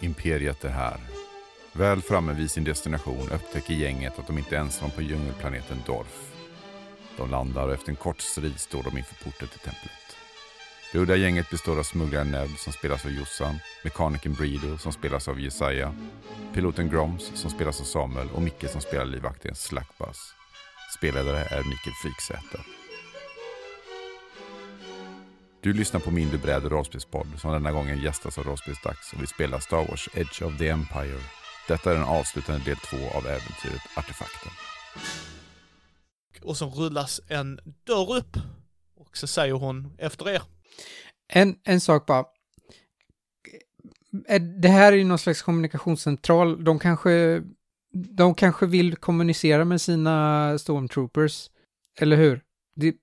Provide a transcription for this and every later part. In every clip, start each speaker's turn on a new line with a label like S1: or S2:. S1: Imperiet är här. Väl framme vid sin destination upptäcker gänget att de inte är ensamma på djungelplaneten Dorf. De landar och efter en kort strid står de inför porten till templet. Det udda gänget består av smugglaren Ned som spelas av Jossan, mekanikern Breedo som spelas av Jesaja, piloten Groms som spelas av Samuel och Micke som spelar livvakten Slackbass. Spelledare är Mikael Fryksäter. Du lyssnar på Mindre bräd rollspelspodd som denna gången gästas av Rollspelsdags och vi spelar Star Wars Edge of the Empire. Detta är den avslutande del två av äventyret Artefakten.
S2: Och så rullas en dörr upp. Och så säger hon efter er.
S3: En, en sak bara. Eh, Det här är ju någon slags kommunikationscentral. De kanske, de kanske vill kommunicera med sina stormtroopers. Eller hur? Det,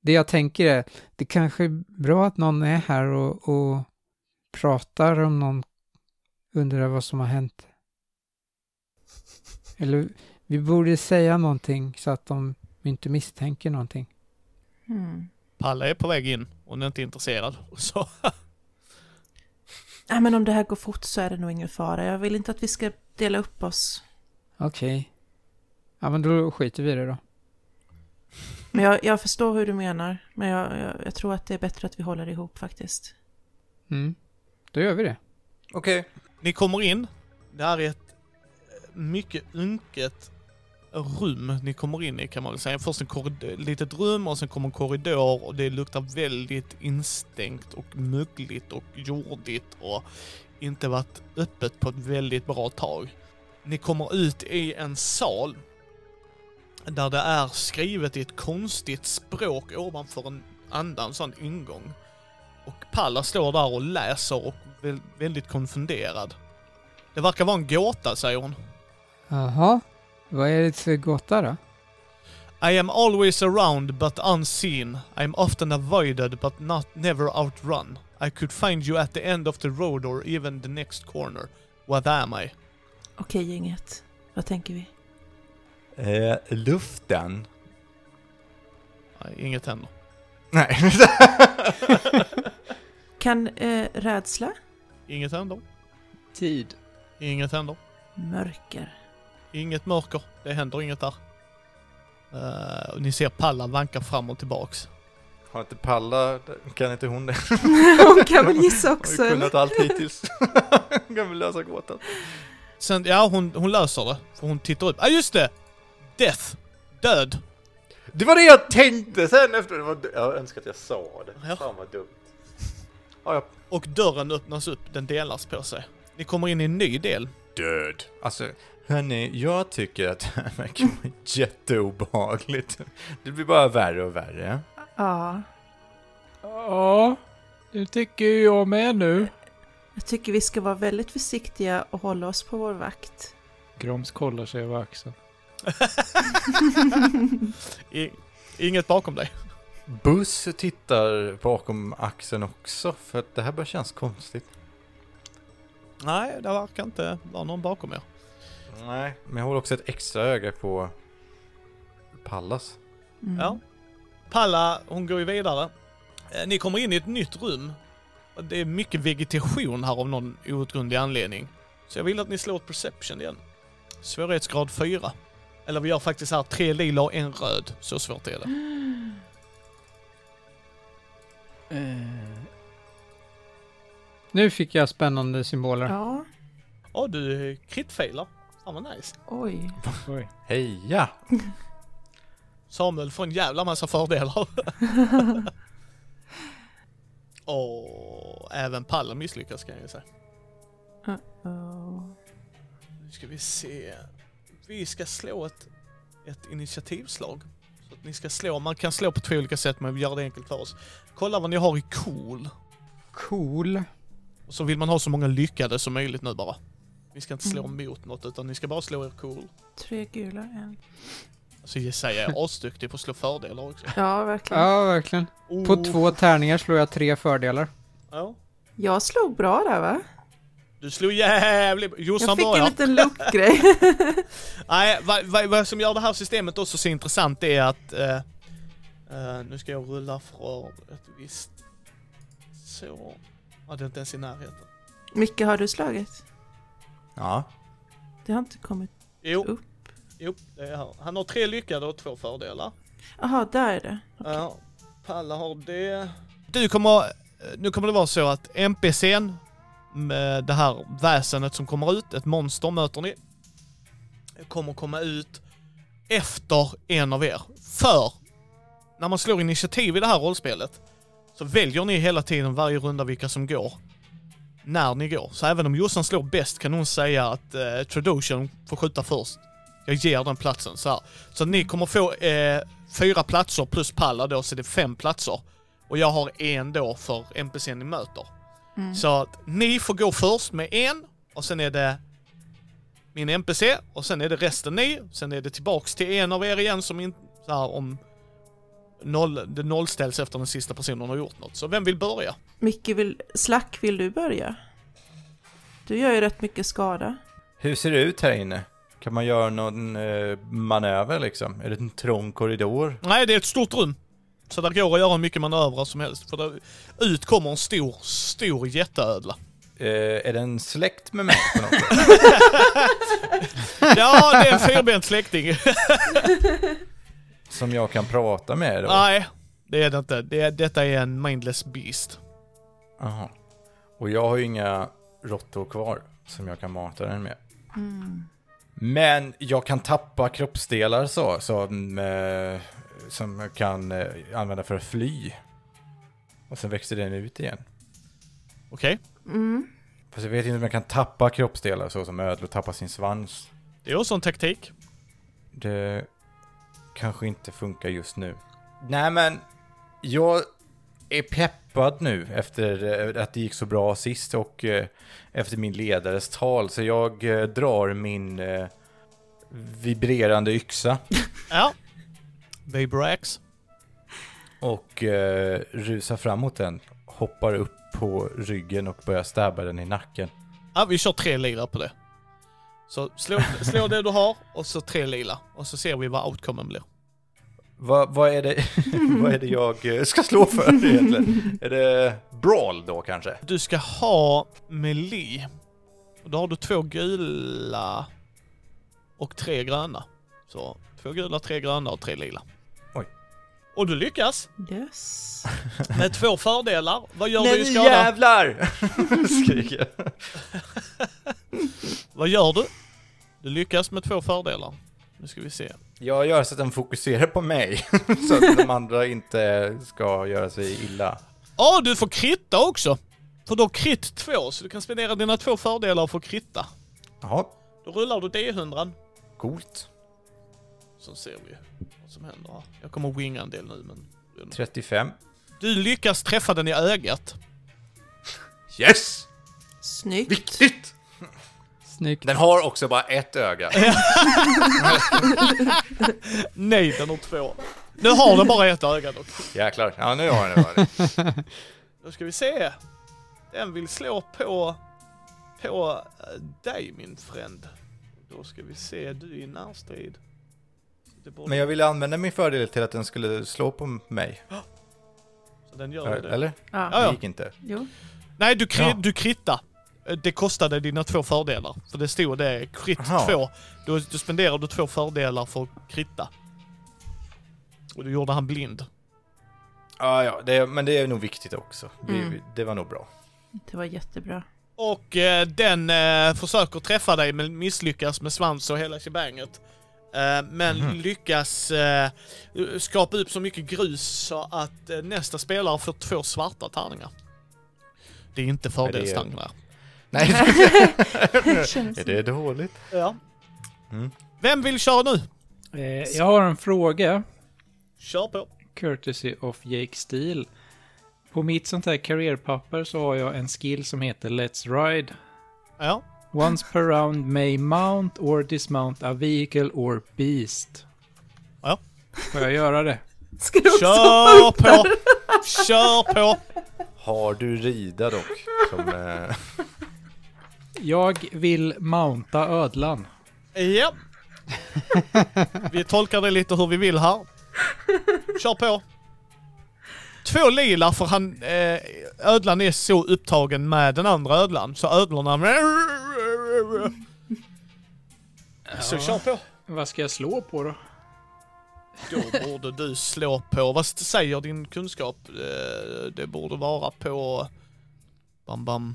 S3: det jag tänker är, det kanske är bra att någon är här och, och pratar om någon undrar vad som har hänt. Eller vi borde säga någonting så att de inte misstänker någonting.
S4: Mm.
S2: Palle är på väg in. Hon är inte intresserad. Och så
S4: Ja, men om det här går fort så är det nog ingen fara. Jag vill inte att vi ska dela upp oss.
S3: Okej. Ja, men då skiter vi i det då.
S4: Men jag, jag förstår hur du menar. Men jag, jag, jag tror att det är bättre att vi håller ihop faktiskt.
S3: Mm. Då gör vi det.
S5: Okej.
S2: Ni kommer in. Det här är ett eh, mycket unket rum ni kommer in i kan man väl säga. Först en korridor, ett litet rum och sen kommer en korridor och det luktar väldigt instängt och mögligt och jordigt och inte varit öppet på ett väldigt bra tag. Ni kommer ut i en sal där det är skrivet i ett konstigt språk ovanför en annan sån ingång. Och Palla står där och läser och vä- väldigt konfunderad. Det verkar vara en gåta, säger hon.
S3: Jaha. Vad är det för gåta då?
S2: I am always around but unseen. I am often avoided but not never outrun. I could find you at the end of the road or even the next corner. What am I?
S4: Okej, gänget. Vad tänker vi?
S5: Eh, luften.
S2: Nej, inget händer.
S5: Nej.
S4: Kan eh, rädsla?
S2: Inget händer.
S6: Tid.
S2: Inget händer.
S4: Mörker.
S2: Inget mörker. Det händer inget där. Eh, och ni ser Palla vanka fram och tillbaks.
S5: Har inte Palla, kan inte hon det?
S4: Hon kan väl gissa också?
S5: Har ju
S4: eller?
S5: kunnat allt hittills. kan väl lösa gåtan.
S2: Sen, ja, hon, hon löser det. För hon tittar upp. Ja, ah, just det! Death. Död.
S5: Det var det jag tänkte sen efter. Det var, jag önskar att jag sa det.
S2: Ja.
S5: Fan vad dumt. Ja, ja.
S2: Och dörren öppnas upp. Den delas på sig. Ni kommer in i en ny del.
S5: Död. Alltså, hörni, jag tycker att det här verkar vara jätteobehagligt. Det blir bara värre och värre.
S4: Ja.
S6: Ja, det tycker ju jag med nu.
S4: Jag tycker vi ska vara väldigt försiktiga och hålla oss på vår vakt.
S6: Groms kollar sig över axeln.
S2: I, inget bakom dig.
S5: Buss tittar bakom axeln också, för att det här börjar kännas konstigt.
S2: Nej, det verkar inte vara någon bakom er.
S5: Nej, men jag håller också ett extra öga på Pallas.
S4: Mm.
S2: Ja. Palla, hon går ju vidare. Eh, Ni kommer in i ett nytt rum. Och Det är mycket vegetation här av någon outgrundlig anledning. Så jag vill att ni slår ett perception igen. Svårighetsgrad 4. Eller vi gör faktiskt här tre lila och en röd. Så svårt är det.
S3: Nu fick jag spännande symboler.
S4: Ja.
S2: Åh, du eh, crit-failar. Fan vad nice.
S4: Oj.
S6: Oj.
S5: Heja!
S2: Samuel får en jävla massa fördelar. Och även Palla misslyckas kan jag ju säga.
S4: Oh.
S2: Nu ska vi se. Vi ska slå ett, ett initiativslag. Så att ni ska slå. Man kan slå på två olika sätt men vi gör det enkelt för oss. Kolla vad ni har i cool.
S3: Cool.
S2: Och så vill man ha så många lyckade som möjligt nu bara. Ni ska inte slå
S4: Mm.
S2: mot något utan ni ska bara slå er cool.
S4: Tre gula, en.
S2: Alltså Jesaja är asduktig på att slå fördelar också.
S4: Ja, verkligen.
S3: Ja, verkligen. På
S2: Oh,
S3: två tärningar slår jag tre fördelar.
S2: Ja.
S4: Jag slog bra där va?
S2: Du slog jävligt Jossan
S4: Jag fick en
S2: börjar.
S4: liten look-grej.
S2: Nej, vad, vad, vad som gör det här systemet också så intressant är att... Eh, eh, nu ska jag rulla från ett visst... Så... Ja, det är inte ens i närheten.
S4: Micke, har du slagit?
S5: Ja.
S4: Det har inte kommit.
S2: Jo.
S4: Upp.
S2: Jo, det är här. Han har tre lyckade och två fördelar.
S4: Jaha, där är det. Okej.
S2: Ja, Palla har det. Du kommer, eh, nu kommer det vara så att NPCn, med det här väsenet som kommer ut, ett monster möter ni, kommer komma ut efter en av er. För när man slår initiativ i det här rollspelet så väljer ni hela tiden varje runda vilka som går. När ni går. Så även om Jossan slår bäst kan hon säga att eh, Tradution får skjuta först. Jag ger den platsen så här. Så ni kommer få eh, fyra platser plus pallar då, så det är fem platser. Och jag har en då för NPCn ni möter.
S4: Mm.
S2: Så att ni får gå först med en och sen är det min NPC och sen är det resten ni. Sen är det tillbaks till en av er igen som inte, så här om noll, det nollställs efter den sista personen har gjort något. Så vem vill börja?
S4: Micke, vill, Slack, vill du börja? Du gör ju rätt mycket skada.
S5: Hur ser det ut här inne? Kan man göra någon eh, manöver liksom? Är det en trång korridor?
S2: Nej, det är ett stort rum. Så där går att göra hur mycket manövrar som helst. För där, ut kommer en stor, stor jätteödla.
S5: Eh, är den släkt med mig på något sätt?
S2: Ja, det är en fyrbent släkting.
S5: Som jag kan prata med då?
S2: Nej, det är det inte. Det är, detta är en mindless beast.
S5: Aha. Och jag har ju inga råttor kvar som jag kan mata den med.
S4: Mm.
S5: Men jag kan tappa kroppsdelar så, som, eh, som jag kan eh, använda för att fly. Och sen växer den ut igen.
S2: Okej?
S4: Mm.
S5: Fast jag vet inte om jag kan tappa kroppsdelar så som ödlor tappar sin svans.
S2: Det är också en taktik.
S5: Det kanske inte funkar just nu. Nej men, jag är peppad nu efter eh, att det gick så bra sist och eh, efter min ledares tal. Så jag eh, drar min eh, vibrerande yxa
S2: Ja. Vibrax.
S5: och eh, rusar fram mot den. Hoppar upp på ryggen och börjar stabba den i nacken.
S2: Ja, vi kör tre lila på det. Så slå, slå det du har och så tre lila. Och så ser vi vad outcomen blir.
S5: Vad vad är, det, vad är det jag eh, ska slå för egentligen? Är det brawl då kanske?
S2: Du ska ha melee. Och då har du två gula och tre gröna. Så två gula, tre gröna och tre lila.
S5: Oj.
S2: Och du lyckas
S4: Yes.
S2: med två fördelar. Vad gör du i
S5: Nej
S2: skada?
S5: jävlar! Skriker jag.
S2: Vad gör du? Du lyckas med två fördelar. Nu ska vi se.
S5: Jag gör så att den fokuserar på mig. så att de andra inte ska göra sig illa.
S2: Ja, du får kritta också! För du har kritt två, så du kan spendera dina två fördelar för att kritta.
S5: Jaha,
S2: Då rullar du D100.
S5: coolt.
S2: Så ser vi vad som händer här. Jag kommer winga en del nu, men...
S5: 35.
S2: Du lyckas träffa den i ögat.
S5: Yes!
S4: Snyggt.
S5: Viktigt!
S3: Snyggt.
S5: Den har också bara ett öga.
S2: Nej, den har två. Nu har den bara ett öga dock.
S5: Jäklar. Ja, nu har den det.
S2: Då ska vi se. Den vill slå på... På eh, dig, min friend. Då ska vi se. Du är i närstrid. Det borde-
S5: Men jag ville använda min fördel till att den skulle slå på mig.
S2: Så den gör det.
S5: Eller?
S4: Ja.
S2: Ja,
S5: Det
S2: ja.
S5: gick inte.
S4: Jo.
S2: Nej, du, kri-
S5: Ja.
S2: du kritta. Det kostade dina två fördelar. För det stod det, kritt
S5: Aha.
S2: två. Då, då spenderar du två fördelar för att kritta. Och då gjorde han blind.
S5: Ja, ja, det, men det är nog viktigt också. Vi,
S4: Mm.
S5: Det var nog bra.
S4: Det var jättebra.
S2: Och eh, den eh, försöker träffa dig men misslyckas med svans och hela shebanget. Eh, men
S5: Mhm.
S2: lyckas eh, skapa upp så mycket grus så att eh, nästa spelare får två svarta tärningar. Det är inte
S5: är-
S2: fördelstang där.
S5: Nej,
S4: Känns-
S5: är det dåligt?
S2: Ja.
S5: Mm.
S2: Vem vill köra nu?
S6: Eh, jag har en fråga.
S2: Kör på.
S6: Courtesy of Jake Steele. På mitt sånt här karriärpapper så har jag en skill som heter Let's Ride.
S2: Ja.
S6: Once per round may mount or dismount a vehicle or beast.
S2: Ja.
S6: Får jag göra det?
S4: Ska du också
S2: Kör på! Kör på!
S5: Har du rida dock? Som, eh,
S6: Jag vill mounta ödlan.
S2: Ja. Vi tolkar det lite hur vi vill här. Kör på. två lila för han, eh, ödlan är så upptagen med den andra ödlan så ödlorna... Så kör på.
S6: Vad ska jag slå på då?
S2: Då borde du slå på, vad säger din kunskap? Eh, Det borde vara på... Bam bam.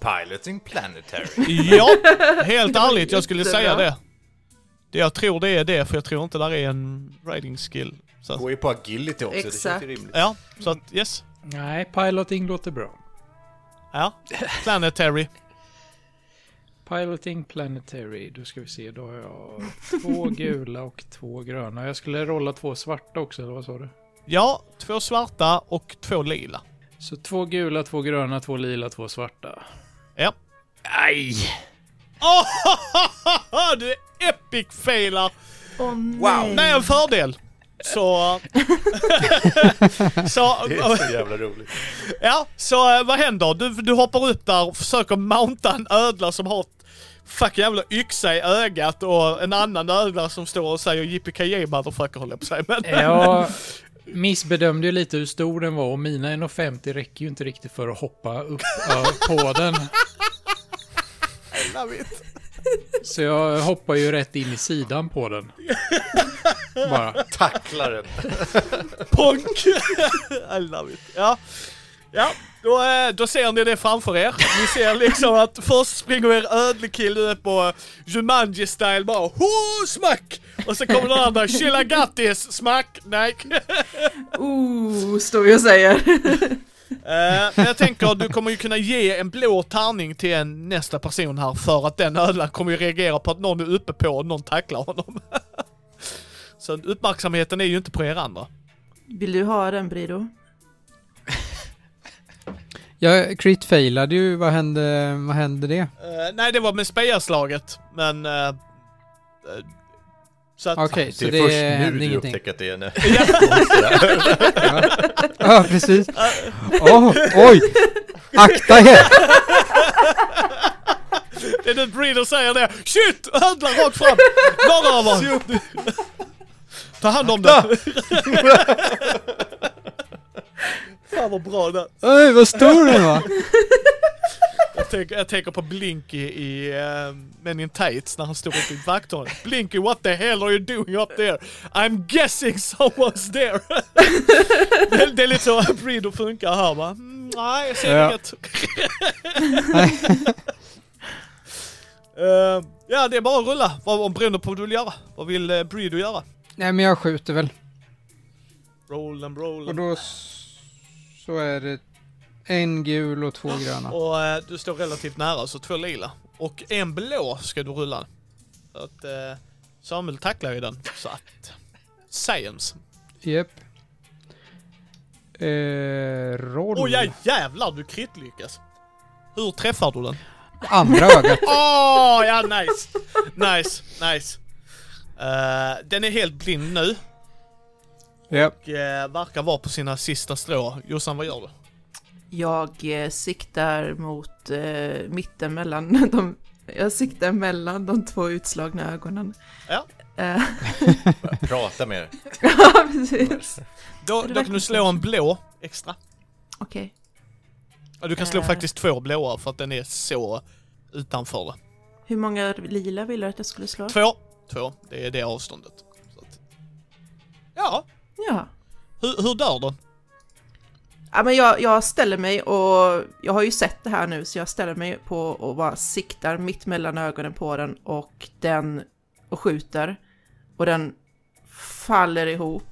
S5: Piloting Planetary.
S2: Ja, helt ärligt, jag skulle
S4: jättebra.
S2: säga det. det. Jag tror det är det, för jag tror inte där är en rating skill. Så att,
S5: Går ju på agility också, det känns
S4: Exakt.
S5: ju rimligt.
S2: ja, så att yes.
S6: Nej, piloting låter bra.
S2: Ja, planetary.
S6: Piloting Planetary, då ska vi se, då har jag två gula och två gröna. Jag skulle rolla två svarta också, eller vad sa du?
S2: Ja, två svarta och två lila.
S6: Så två gula, två gröna, två lila, två svarta.
S2: Ja.
S6: Aj!
S2: Oh, du är epic failar!
S4: Åh nej.
S2: Nej, en fördel. Så... så
S5: Det är så jävla roligt.
S2: Ja, så eh, vad händer? Du, du hoppar upp där och försöker mounta en ödla som har ett fuck jävla yxa i ögat och en annan ödla som står och säger yippee motherfucker håller jag på att säga. Men,
S6: Jag missbedömde ju lite hur stor den var och mina 1,50 räcker ju inte riktigt för att hoppa upp ö, på den. Så jag hoppar ju rätt in i sidan på den. Bara.
S5: Tacklar den.
S2: Punk! I love it. Ja. Ja, då, eh, då ser ni det framför er. Ni ser liksom att först springer er ödlekille upp på Jumanji-style bara ho smack! Och så kommer den andra chilla grattis smack! Nej.
S4: Oh, står vi och säger.
S2: Eh, men jag tänker att du kommer ju kunna ge en blå tärning till en nästa person här för att den ödlan kommer ju reagera på att någon är uppe på och någon tacklar honom. Så uppmärksamheten är ju inte på er andra.
S4: Vill du ha den Brido?
S3: Jag crit-failade ju, vad hände, vad hände det?
S2: Eh, nej, det var med spejarslaget, men... eh, eh, så att...
S3: Okej, så
S5: Det är
S3: det
S5: först
S3: hände
S5: nu du
S3: ingenting.
S5: upptäcker att det är en...
S3: Ja, precis. Åh, oj! Akta er!
S2: Det är nu Breeder säger det. Shit! Ödlan rakt fram! Norröver! Ta hand om den! Fan vad bra det
S3: Oj, vad stor den var!
S2: Jag tänker, jag tänker på Blinky i uh, Men in Tights när han stod uppe i vakthållet. Blinky, what the hell are you doing up there? I'm guessing someone's there. det, det är lite så Breeder funkar här va? Mm, nej, jag ser
S3: Ja.
S2: inget. Eh, ja, det är bara att rulla. Vad, vad- beroende på vad du vill göra. Vad vill uh, Breeder göra?
S3: Nej, men jag skjuter väl.
S2: Roll and roll.
S3: Och
S2: And...
S3: då s- så är det en gul och två gröna.
S2: Och eh, du står relativt nära, så två lila. Och en blå ska du rulla. Så att eh, Samuel tacklar ju den. Så att... Science.
S3: Japp. Eh, roll.
S2: Åh ja, jävlar, du kritlyckas. Hur träffar du den?
S3: Andra ögat.
S2: Åh, ja nice! Nice, nice. Eh, den är helt blind nu
S3: Japp.
S2: och eh, verkar vara på sina sista strå. Jossan, vad gör du?
S4: Jag eh, siktar mot eh, mitten mellan de... Jag siktar mellan de två utslagna ögonen.
S2: Ja.
S4: Eh,
S5: Prata med er.
S4: ja, precis.
S2: Då, då kan du slå en blå extra.
S4: Okej.
S2: Ja, du kan slå
S4: Eh.
S2: faktiskt två blåa för att den är så utanför det.
S4: Hur många lila ville du att jag skulle slå?
S2: Två, två, det är det avståndet. Så att. Ja,
S4: Ja.
S2: hur, hur dör den?
S4: Ja, men jag, jag ställer mig och jag har ju sett det här nu så jag ställer mig på och bara siktar mitt mellan ögonen på den och den och skjuter och den faller ihop.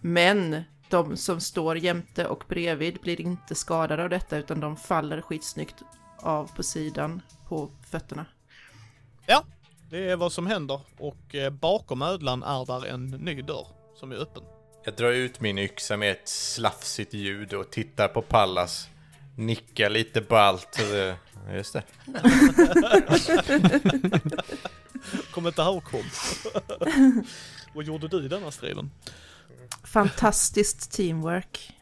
S4: Men de som står jämte och bredvid blir inte skadade av detta utan de faller skitsnyggt av på sidan på fötterna.
S2: Ja, det är vad som händer och eh, bakom ödlan är där en ny dörr som är öppen.
S5: Jag drar ut min yxa med ett slafsigt ljud och tittar på Pallas. Nickar lite ballt. och det- Ja, Just det.
S2: Kommer inte ihåg kom. vad gjorde du i denna striden?
S4: Fantastiskt teamwork.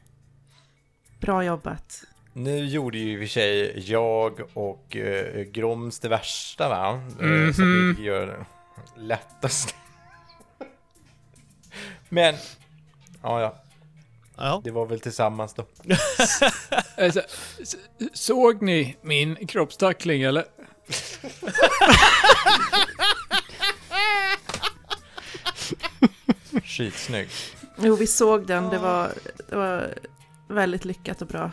S4: Bra jobbat.
S5: Nu gjorde ju i och för sig jag och eh, Groms det värsta va? Eh, Så att vi gör det lättast. Men, ja ja,
S2: Ja.
S5: det var väl tillsammans då.
S6: Alltså, s- såg ni min kroppstackling eller?
S5: Skitsnygg.
S4: Jo, vi såg den. Det var, det var väldigt lyckat och bra.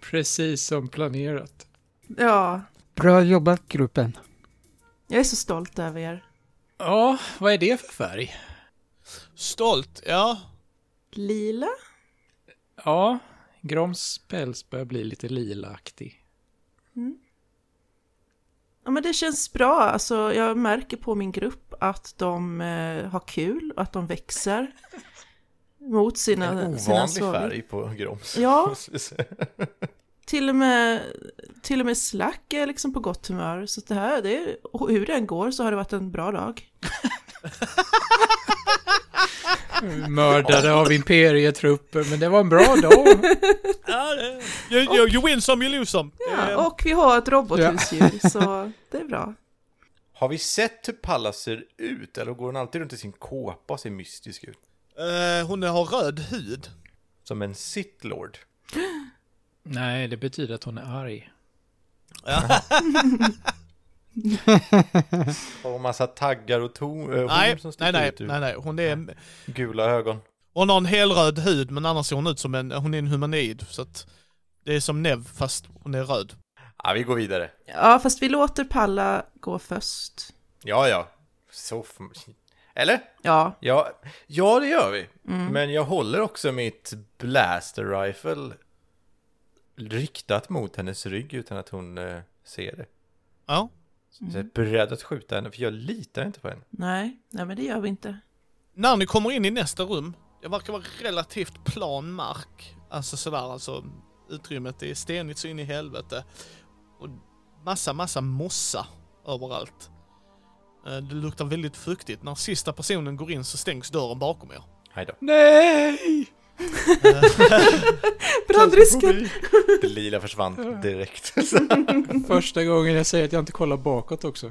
S6: Precis som planerat.
S4: Ja,
S3: Bra jobbat gruppen.
S4: jag är så stolt över er.
S6: Ja, vad är det för färg?
S2: Stolt, ja.
S4: Lila?
S6: Ja, Groms päls börjar bli lite lilaaktig.
S4: Ja, men det känns bra. Alltså, jag märker på min grupp att de eh, har kul och att de växer mot sina
S5: En
S4: sina
S5: ovanlig
S4: sorger.
S5: färg på Groms.
S4: Ja, till och med, till och med Slack är liksom på gott humör. Så det här, det är, och hur det än går så har det varit en bra dag.
S6: Mördade av imperietrupper, men det var en bra dag.
S2: ja det, you, you, you win some, you lose some. Eh,
S4: Ja, och vi har ett robothusdjur, så det är bra.
S5: Har vi sett hur Palla ser ut? Eller går hon alltid runt i sin kåpa och ser mystisk ut?
S2: eh, hon har röd hud.
S5: Som en sittlord.
S6: Nej, det betyder att hon är arg.
S5: Och massa taggar och to- eh, horn
S2: Nej,
S5: som sticker
S2: nej, nej,
S5: ut ur
S2: nej, nej. Hon är...
S5: gula ögon.
S2: Hon har en helröd hud, men annars ser hon ut som en... Hon är en humanoid, så att... Det är som Nev, fast hon är röd.
S5: Ja, vi går vidare.
S4: Ja, fast vi låter Palla gå först.
S5: Ja, ja. Så... f- Eller?
S4: Ja,
S5: Ja, ja det gör vi. Men jag håller också mitt blaster rifle riktat mot hennes rygg utan att hon eh, ser det.
S2: Ja.
S5: Så jag är beredd att skjuta henne för jag litar inte på henne.
S4: nej, nej men det gör vi inte.
S2: När ni kommer in i nästa rum, det verkar vara relativt plan mark. Alltså sådär, alltså utrymmet är stenigt så in i helvete. Och massa, massa mossa överallt. Eh, Det luktar väldigt fuktigt. När sista personen går in så stängs dörren bakom er.
S5: Hej då.
S6: Nej!
S4: Brandrisken!
S5: Det lila försvann direkt.
S6: Första gången jag säger att jag inte kollar bakåt också.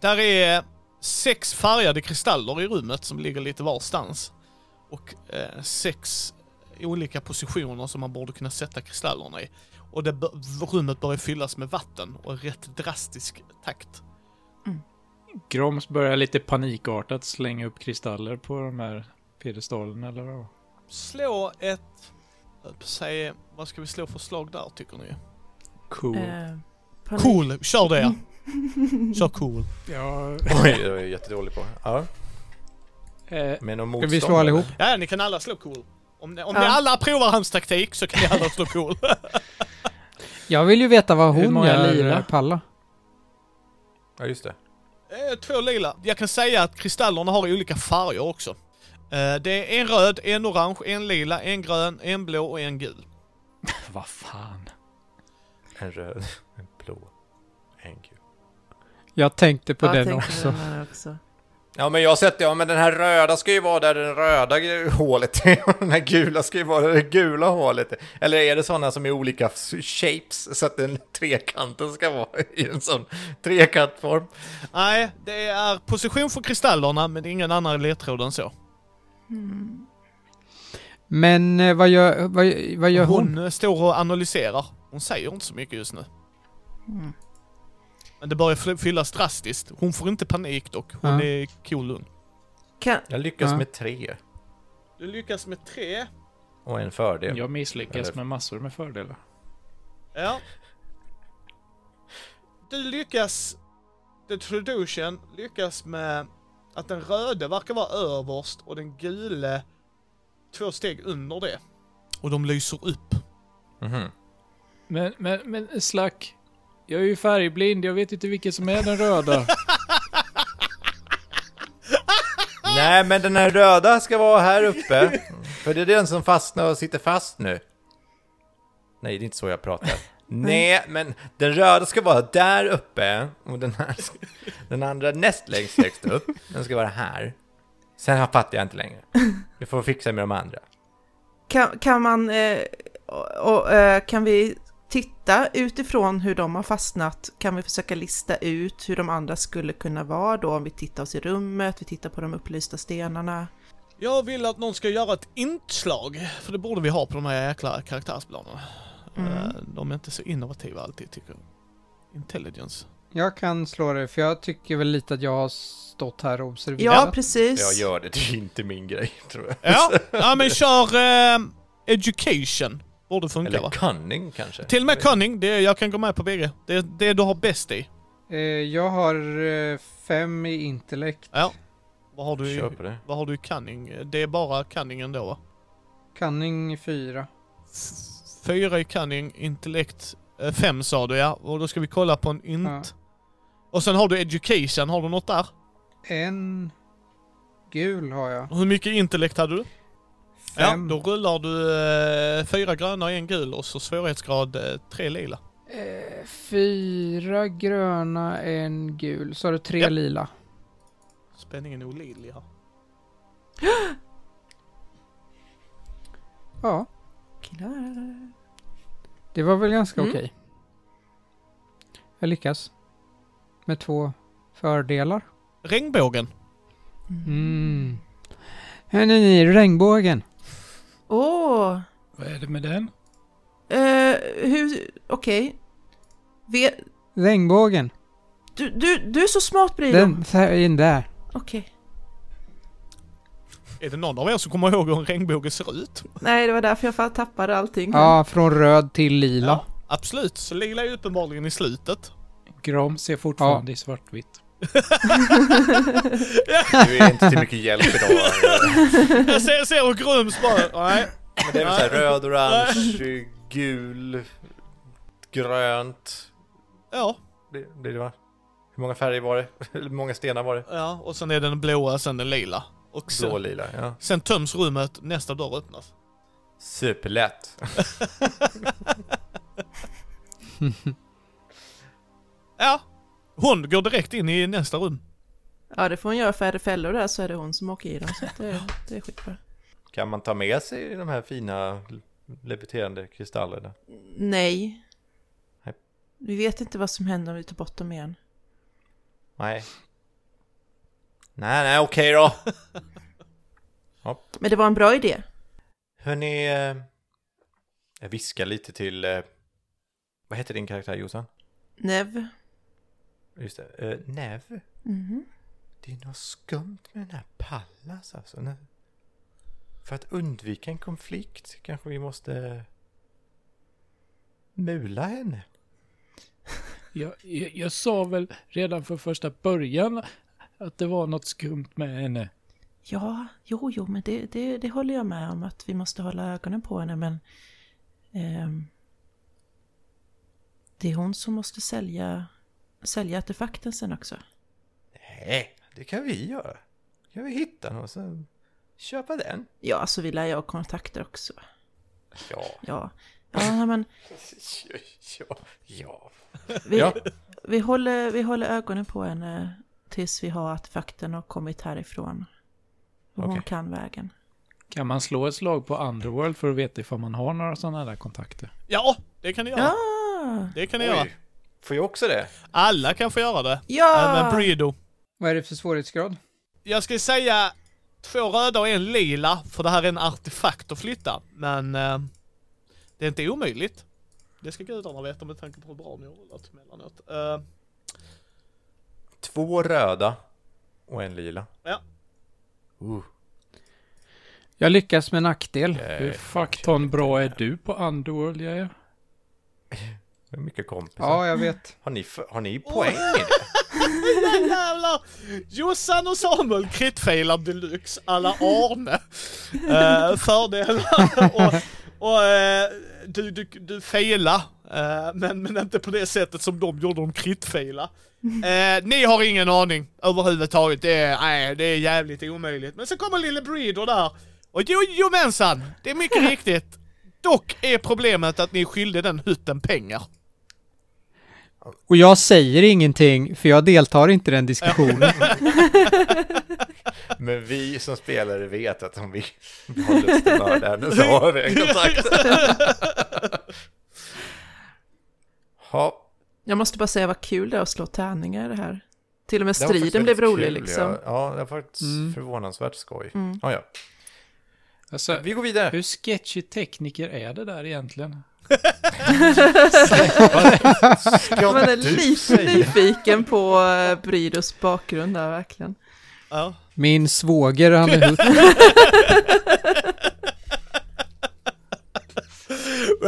S2: Där är sex färgade kristaller i rummet som ligger lite varstans. Och eh, sex olika positioner som man borde kunna sätta kristallerna i. Och det bör- rummet börjar fyllas med vatten och i rätt drastisk takt.
S6: Groms börjar lite panikartat slänga upp kristaller på de här piedestalerna eller vad
S2: Slå ett... jag höll på att säga, vad ska vi slå för slag där tycker ni?
S6: Cool.
S4: Eh, panik.
S2: Cool, kör det! Kör cool.
S6: Ja,
S5: Oj, det var jag jättedålig på. Ja,
S6: eh,
S5: men om
S3: Ska
S5: motstånd.
S3: vi slå allihop?
S2: Ja, ni kan alla slå cool. Om ni, om ni
S4: Ja.
S2: alla provar hans taktik så kan ni alla slå cool.
S3: Jag vill ju veta vad
S6: Hur
S3: hon
S6: många
S3: gör,
S6: lila?
S3: eh, Palla.
S5: Ja, just det.
S2: Eh, Två lila. Jag kan säga att kristallerna har olika färger också. Eh, Det är en röd, en orange, en lila, en grön, en blå och en gul.
S6: vad fan.
S5: En röd, en blå, en gul.
S3: Jag tänkte på
S4: Ja,
S3: den
S4: tänkte
S3: också.
S4: den här också.
S5: Ja, men jag har sett det. Ja, men den här röda ska ju vara där det röda g- hålet är och den här gula ska ju vara där det gula hålet är. Eller är det sådana som är olika s- shapes så att den trekanten ska vara i en sån trekantform?
S2: Nej, det är position för kristallerna men ingen annan ledtråd än så.
S4: Mm.
S3: Men eh, vad gör, vad, gör- vad gör hon?
S2: Hon eh, står och analyserar. Hon säger inte så mycket just nu. Men det börjar fly- fyllas drastiskt. Hon får inte panik dock. Hon
S3: Ja.
S2: är cool lugn.
S4: Kan,
S5: Jag lyckas
S3: Ja.
S5: med tre
S2: Du lyckas med tre.
S5: och en fördel.
S6: Jag misslyckas
S5: Eller-
S6: med massor med fördelar.
S2: Ja. Du lyckas... The Tradution lyckas med att den röde verkar vara överst och den gule två steg under det. Och de lyser upp.
S5: Mhm.
S6: Men, men, men Slack. Jag är ju färgblind, jag vet inte vilken som är den röda.
S5: Nej, men den här röda ska vara här uppe. För det är den som fastnar och sitter fast nu. Nej, det är inte så jag pratar. Nej, men den röda ska vara där uppe och den, här, ska- den andra näst längst högst upp, den ska vara här. Sen här fattar jag inte längre. Vi får fixa med de andra.
S4: kan, kan man... Eh, och, och, eh, kan vi titta utifrån hur de har fastnat kan vi försöka lista ut hur de andra skulle kunna vara då om vi tittar oss i rummet, vi tittar på de upplysta stenarna.
S2: Jag vill att någon ska göra ett inslag, för det borde vi ha på de här jäkla karaktärsplanerna.
S4: Mm.
S2: Eh, De är inte så innovativa alltid tycker jag. Intelligence.
S3: Jag kan slå det, för jag tycker väl lite att jag har stått här och observerat.
S4: Ja, precis.
S5: Jag gör det, det är inte min grej tror jag.
S2: Ja, ja men kör eh, education. Borde funka
S5: Eller
S2: va?
S5: cunning kanske?
S2: Till och med cunning, det, jag kan gå med på bägge. Det, det du har bäst i.
S3: Eh, jag har eh, fem i intellekt.
S2: Ja. Vad har du i,
S5: Kör på det.
S2: vad har du i cunning? Det är bara cunning ändå va?
S3: Cunning fyra.
S2: F- Fyra i cunning, intellekt eh, fem sa du ja. Och då ska vi kolla på en int. Och sen har du education, har du något där?
S3: En gul har jag.
S2: Hur mycket intellekt hade du?
S3: Fem.
S2: Ja, då rullar du eh, fyra gröna och en gul och så svårighetsgrad eh, tre lila.
S3: eh, fyra gröna, en gul. Så har du tre
S2: Ja.
S3: lila.
S2: Spänningen är olidlig här.
S3: Ja,
S4: Killar.
S3: det var väl ganska
S4: Mm.
S3: okej. Jag lyckas. Med två fördelar.
S2: Regnbågen.
S3: Mm. Hör ni, regnbågen.
S4: Åh,
S6: Vad är det med den?
S4: eh, hur, okej. Ve-
S3: Regnbågen.
S4: Du, du, du är så smart Brilo.
S3: Den färgen där.
S4: Okej.
S2: Är det någon av er som kommer ihåg hur en regnbåge ser ut?
S4: Nej, det var därför jag fan tappade allting.
S3: Ja, från röd till lila.
S2: Absolut, så lila är uppenbarligen i slutet.
S6: Grom ser fortfarande i svartvitt.
S5: Du är inte till mycket hjälp idag.
S2: Jag ser, ser hur Grums bara... Nej.
S5: Men det är väl såhär röd, orange, gul, grönt.
S2: Ja,
S5: Det, det, är det va? Hur många färger var det? Eller hur många stenar var det?
S2: ja. Och sen är den blåa, sen den lila. Och
S5: Blå och
S2: sen,
S5: lila, ja.
S2: sen töms rummet, nästa dörr öppnas.
S5: Superlätt.
S2: Ja. Hon går direkt in i nästa rum.
S4: Ja, det får hon göra för är det fällor där så är det hon som åker i dem. Så att det, det är skitbra.
S5: Kan man ta med sig de här fina leviterande kristallerna?
S4: Nej.
S5: Nej.
S4: Vi vet inte vad som händer om vi tar bort dem igen.
S5: Nej. Nej, nej, okej då.
S4: Men det var en bra idé.
S5: Hörni, eh, jag viskar lite till... eh, Vad heter din karaktär Jossan?
S4: Nev.
S5: Just det, eh, Nev.
S4: Mhm.
S5: Det är något skumt med den här Pallas alltså. Nej. För att undvika en konflikt kanske vi måste mula henne.
S6: Jag, jag, jag sa väl redan från första början att det var något skumt med henne.
S4: Ja, jo, jo, men det, det, det håller jag med om att vi måste hålla ögonen på henne, men... ehm, det är hon som måste sälja, sälja artefakten sen också.
S5: Nej, det kan vi göra. kan vi hitta någon så köpa den.
S4: Ja, alltså vi lär ju ha kontakter också.
S5: Ja,
S4: Ja, ja nej, men
S5: ja, ja.
S4: vi,
S5: Ja.
S4: vi, håller, vi håller ögonen på henne tills vi har artefakten och kommit härifrån. Och hon
S5: Okej.
S4: kan vägen.
S6: Kan man slå ett slag på Underworld för att veta ifall man har några sådana där kontakter?
S2: Ja, det kan ni göra.
S4: Ja!
S2: Det kan ni göra.
S5: Oj, får jag också det?
S2: Alla kan få göra det. Även
S4: Ja!
S2: Breedo.
S3: Vad är det för svårighetsgrad?
S2: Jag skulle säga två röda och en lila, för det här är en artefakt att flytta. Men eh, det är inte omöjligt. Det ska gudarna veta med tanke på hur bra ni har rullat emellanåt. Eh,
S5: Två röda och en lila.
S2: Ja.
S5: Uh,
S3: Jag lyckas med nackdel.
S6: Hur
S5: eh,
S6: fuckton bra är du på Underworld, jag är?
S5: det är mycket kompisar.
S3: Ja, jag vet.
S5: Har, ni, f- har ni poäng i det?
S2: Jävlar! Jossan och Samuel kritfailar deluxe alla Arne. Eh, fördelar och, och eh, du, du, du failar, eh, men, men inte på det sättet som de gjorde, de kritfailar. Eh, ni har ingen aning överhuvudtaget, det är, nej, det är jävligt omöjligt. Men så kommer lille Breeder där, och jo, jomensan, det är mycket riktigt. Dock är problemet att ni är skyldiga den hytten pengar.
S3: Och jag säger ingenting, för jag deltar inte i den diskussionen.
S5: Men vi som spelare vet att om vi har lust att mörda henne så har vi en kontakt. Ha.
S4: Jag måste bara säga vad kul det är att slå tärningar i det här. Till och med
S5: Det var faktiskt
S4: striden blev
S5: väldigt
S4: rolig
S5: kul,
S4: liksom.
S5: Ja, ja det var faktiskt
S3: Mm.
S5: förvånansvärt skoj.
S4: Mm.
S5: Ja, ja.
S6: Alltså,
S5: Vi går vidare.
S6: hur sketchy tekniker är det där egentligen?
S5: Ska
S4: Man är
S5: du
S4: lite
S5: säga?
S4: nyfiken på eh, Brydos bakgrund där verkligen.
S2: Ja.
S3: Min svåger, han är hutt.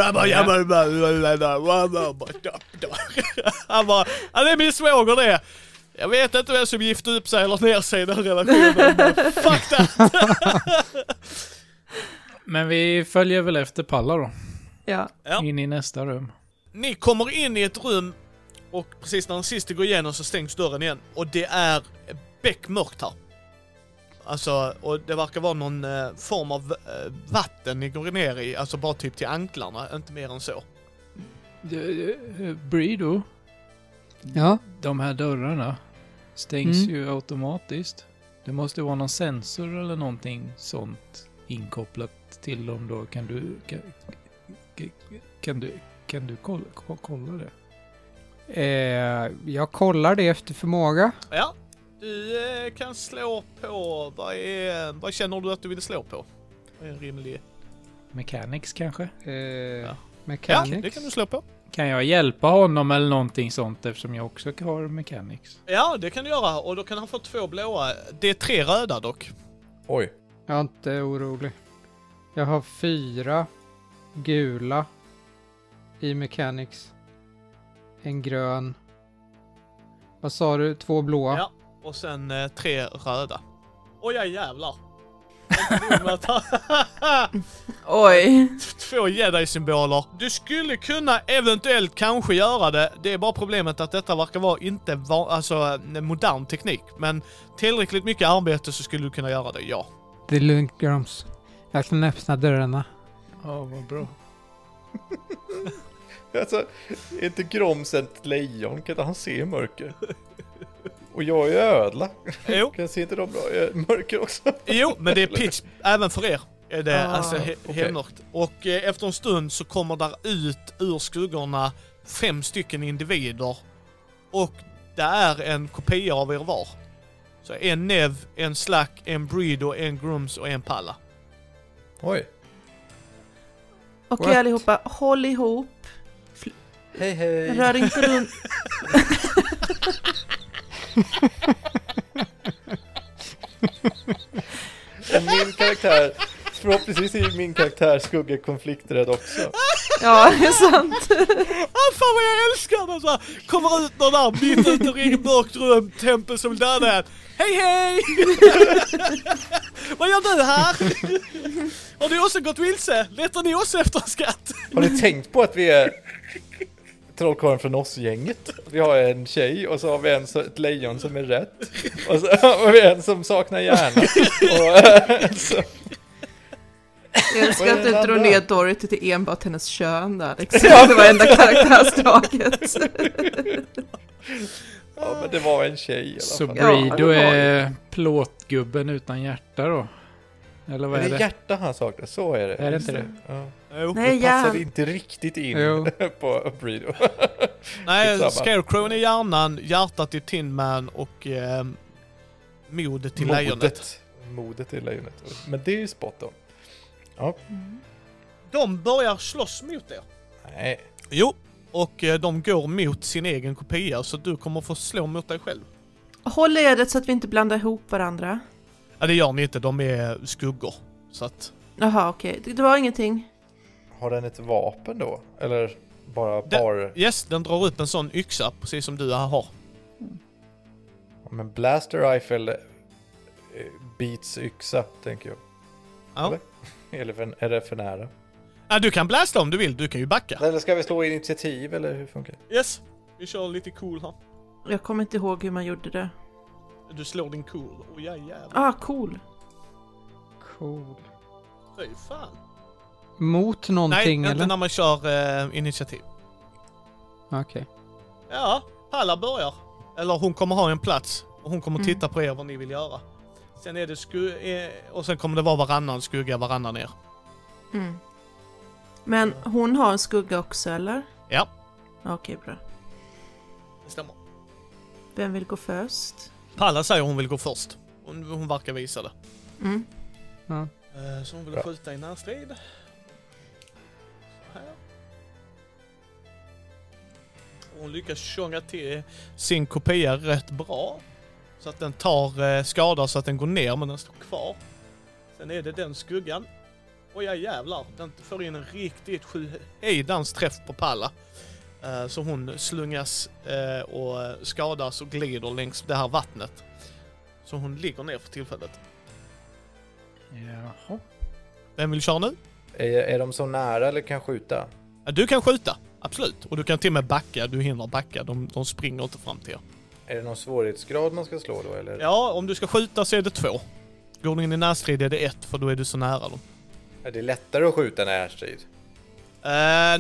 S2: Han bara, ja, men, men, men, men, men, men, men, men. Han bara, ja det är min svåger det. Jag vet inte vem som gifte upp sig eller ner sig i den relationen. men Fuck that!
S6: Men vi följer väl efter Palla då.
S4: Ja.
S2: Ja.
S6: In i nästa rum.
S2: Ni kommer in i ett rum och precis när den sista går igenom så stängs dörren igen och det är beckmörkt här. Alltså, och det verkar vara någon eh, form av eh, vatten ni går ner i, alltså bara typ till anklarna, inte mer än så.
S6: Brido,
S3: Ja,
S6: de här dörrarna stängs
S3: Mm.
S6: ju automatiskt. Det måste vara någon sensor eller någonting sånt inkopplat till dem då. Kan du... Kan, kan du... Kan du kolla, kolla det?
S3: eh, jag kollar det efter förmåga.
S2: Ja, du eh, kan slå på, vad, är, vad känner du att du vill slå på? Vad är en rimlig...
S6: Mechanics kanske?
S3: Eh,
S2: Ja,
S3: Mechanics.
S2: det kan du slå på.
S6: Kan jag hjälpa honom eller någonting sånt eftersom jag också har mechanics?
S2: Ja, det kan du göra och då kan han få två blåa. Det är tre röda dock.
S5: Oj.
S3: Jag är inte orolig. Jag har fyra gula i Mechanics. En grön. Vad sa du? Två blåa?
S2: Ja. Och sen eh, tre röda. Oj, ja, jävlar. Jag tror att han-
S4: Oj.
S2: Två jedi-symboler. Du skulle kunna eventuellt kanske göra det. Det är bara problemet att detta verkar vara inte va- alltså, eh, modern teknik. Men tillräckligt mycket arbete så skulle du kunna göra det, ja.
S3: Det är lugnt, Grums. Jag kan öppna dörrarna.
S6: Ja, vad bra.
S5: Alltså, är inte Groms ett lejon? Kan inte han se i mörker? Och jag är ödla.
S2: Jo,
S5: Kan jag se inte de bra i mörker också?
S2: jo men det är pitch även för er. Är det
S4: Ah,
S2: alltså he-
S5: okej.
S2: helmörkt. Och eh, efter en stund så kommer där ut ur skuggorna fem stycken individer. Och det är en kopia av er var. Så en Nev, en Slack, en Breedo, en Grooms och en Palla.
S5: Oj.
S4: Okej
S3: What?
S4: allihopa, håll ihop.
S5: Hej hej.
S4: Rör inte runt.
S5: Och min karaktär, förhoppningsvis är min karaktär skugga konflikträdd också.
S4: Ja, det är sant.
S2: Ah, fan vad jag älskar den! Så här, kommer ut någon där mitt ute ur eget mörkt rum, Tempel som Danne. Hej hej! vad gör du här? Har du också gått vilse? Letar ni också efter en skatt?
S5: Har ni tänkt på att vi är Trollkarlen från oss-gänget? Vi har en tjej och så har vi en, så- ett lejon som är rätt. Och så har vi en som saknar hjärna. Och en som...
S4: Jag älskar att du
S5: Vad är det
S4: drog
S5: där?
S4: ner Dorothy till enbart hennes kön där liksom. Det var enda karaktärsdraget.
S5: Ja, men det var en tjej i alla
S6: Så
S5: fall.
S4: Ja, det
S6: Brido
S4: var
S6: är plåtgubben utan hjärta då? Eller vad
S5: är
S6: är
S5: det
S6: det?
S5: hjärta han saknar? Så är det.
S6: Är det inte det?
S5: Ja.
S2: Jo.
S4: Nej,
S5: Det passade
S4: järn.
S5: inte riktigt in
S3: Jo.
S5: på Brido.
S2: Nej,
S5: skitsamma.
S2: Scarecrown är hjärnan, hjärtat är Tin Man och eh, modet till lejonet.
S5: Modet. Modet till lejonet. Men det är ju spot on.
S2: De börjar slåss mot er.
S5: Nej.
S2: Jo. Och eh, de går mot sin egen kopia så du kommer få slå mot dig själv.
S4: Håll ledet så att vi inte blandar ihop varandra.
S2: Ja det gör ni inte, de är skuggor. Så att...
S4: Jaha, okej. Det- Det var ingenting.
S5: Har den ett vapen då? Eller bara
S2: Det-
S5: bar...
S2: Yes, den drar upp en sån yxa precis som du har.
S5: Men blaster rifle eh, beats yxa, tänker jag.
S2: Ja.
S5: Eller? Eller för, är det för nära?
S2: Ja, du kan blästa om du vill, du kan ju backa.
S5: Eller ska vi slå initiativ eller hur funkar det?
S2: Yes, vi kör lite cool här.
S4: Jag kommer inte ihåg hur man gjorde det.
S2: Du slår din cool, och ja jävlar.
S4: Ah, cool.
S3: Cool.
S2: Fy fan.
S3: Mot någonting
S2: Nej, inte
S3: eller?
S2: när man kör eh, initiativ.
S3: Okej.
S2: Ja, Palla börjar. Eller hon kommer ha en plats. Och hon kommer
S4: Mm.
S2: titta på er vad ni vill göra. Sen är det sku... Eh, och sen kommer det vara varannan skugga, varannan er.
S4: Mm. Men hon har en skugga också, eller?
S2: Ja.
S4: Okej, bra.
S2: Det stämmer.
S4: Vem vill gå först?
S2: Palla säger hon vill gå först. Hon, hon verkar visa det.
S4: Mm.
S3: Ja.
S2: Eh, Så hon vill
S5: Bra.
S2: skjuta i närstrid. Så här. Och Hon lyckas tjonga till sin kopia rätt bra. Så att den tar eh, skada så att den går ner men den står kvar. Sen är det den skuggan. Och jag jävlar, den får in en riktigt sju hejdans träff på Palla. Eh, Så hon slungas eh, och eh, skadas och glider längs det här vattnet. Så hon ligger ner för tillfället.
S6: Jaha.
S2: Vem vill köra nu?
S5: Är, är de så nära eller kan jag skjuta?
S2: Ja, Du kan skjuta, absolut. Och du kan till och med backa, du hinner backa. De, de springer inte fram till er.
S5: Är det någon svårighetsgrad man ska slå då eller?
S2: Ja, om du ska skjuta så är det två. Går du in i närstrid är det ett, för då är du så nära dem.
S5: Är det lättare att skjuta närstrid?
S2: Eh,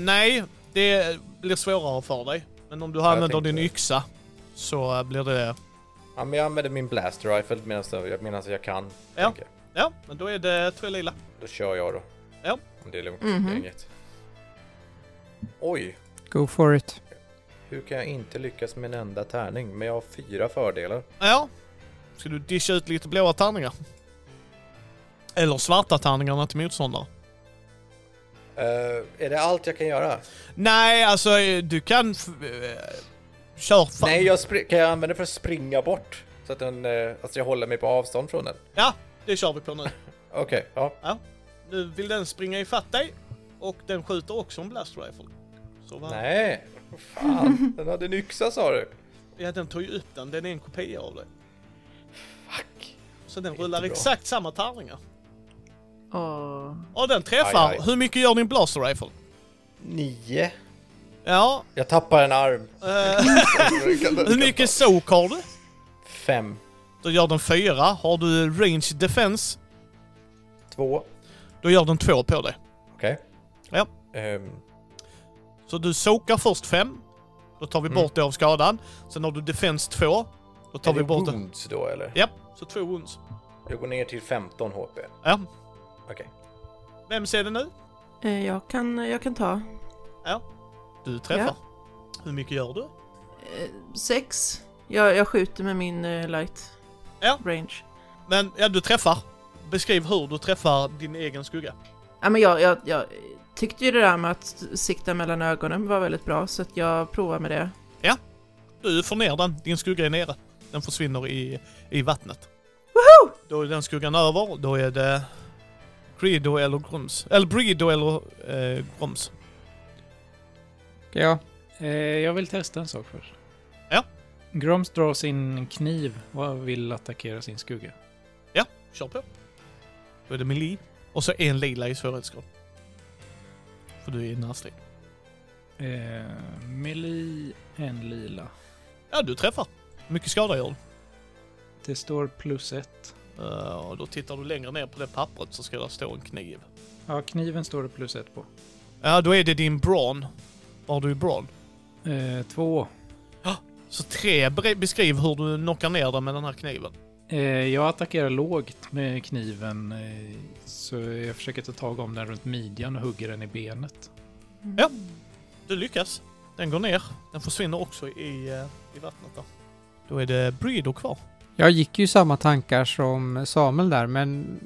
S2: nej, det blir svårare för dig. Men om du använder
S5: tänkte
S2: din
S5: det.
S2: yxa så eh, blir det...
S5: Ja, men jag använder min blast rifle medan jag, medan jag kan.
S2: Ja.
S5: tänker jag.
S2: Ja, men då är det tre lila.
S5: Då kör jag då.
S2: Ja.
S5: Om det är lugnt,
S4: Mhm.
S5: gänget. Oj,
S3: Go for it.
S5: hur kan jag inte lyckas med en enda tärning? Men jag har fyra fördelar.
S2: Ja. Ska du discha ut lite blåa tärningar? Eller svarta tärningarna till motståndare?
S5: Eh, är det allt jag kan göra?
S2: Nej, alltså eh, du kan... f- eh, Kör fan.
S5: Nej, jag spri- kan jag använda för att springa bort? Så att den, eh, alltså jag håller mig på avstånd från den.
S2: Ja, det kör vi på nu.
S5: Okej, ja.
S2: Nu vill den springa ifatt dig och den skjuter också en blast rifle. Så va?
S5: Nej, fan. Den hade en yxa sa du.
S2: Ja, den tar ju upp den. Den är en kopia av dig.
S5: Fuck.
S2: Så den rullar
S5: Jättebra.
S2: exakt samma tärningar.
S4: Och...
S2: Och den träffar.
S5: Aj, aj.
S2: Hur mycket gör din blaster rifle?
S5: Nio.
S2: Ja,
S5: Jag tappar en arm.
S2: eh, hur mycket sok har du?
S5: Fem.
S2: Då gör den fyra. Har du range defense?
S5: Två.
S2: Då gör den två på dig.
S5: Okej.
S2: Ja.
S5: Ehm,
S2: Så du sokar först fem. Då tar vi bort det av skadan. Sen har du defense två. Då tar
S5: Mm. är
S2: vi
S5: det
S2: bort det.
S5: wounds då eller?
S2: Ja, så två wounds.
S5: Jag går ner till 15 HP.
S2: Ja.
S5: Okej.
S2: Vem ser det nu?
S4: Eh, Jag kan, jag kan ta
S2: Du träffar. Hur mycket gör du?
S4: eh, sex. Jag, jag skjuter med min eh, light
S2: Ja.
S4: range.
S2: Men ja, du träffar. Beskriv hur du träffar din egen skugga.
S4: Ja, men jag, jag, jag tyckte ju det där med att sikta mellan ögonen var väldigt bra, så att jag provar med det.
S2: Du får ner den, din skugga är nere. Den försvinner i, i vattnet.
S4: Woho!
S2: Då är den skuggan över, då är det Grido eller Groms. Eller Brido eller eh, Groms.
S3: Ja.
S6: Eh, jag vill testa en sak först.
S2: Ja.
S6: Groms drar sin kniv och vill attackera sin skugga.
S2: Kör på. Då är det Meli. Och så en lila i svårighetsgrad. För du är i närstrid.
S6: Eh, Meli, en lila.
S2: Ja, du träffar. Mycket skada gör du.
S6: Det står plus ett.
S2: Eh, och då tittar du längre ner på det pappret så ska där stå en kniv.
S6: Ja, kniven står det plus ett på.
S2: Ja, då är det din Brawn. Vad har du i Brawn?
S6: Eh, två.
S2: Så tre, bre- beskriv hur du knockar ner den med den här kniven.
S6: Eh, jag attackerar lågt med kniven. Eh, så jag försöker ta tag om den runt midjan och hugger den i benet.
S2: Ja. Du lyckas. Den går ner. Den försvinner också i, eh, i vattnet där. Då är det Breedo kvar.
S3: Jag gick ju samma tankar som Samuel där, men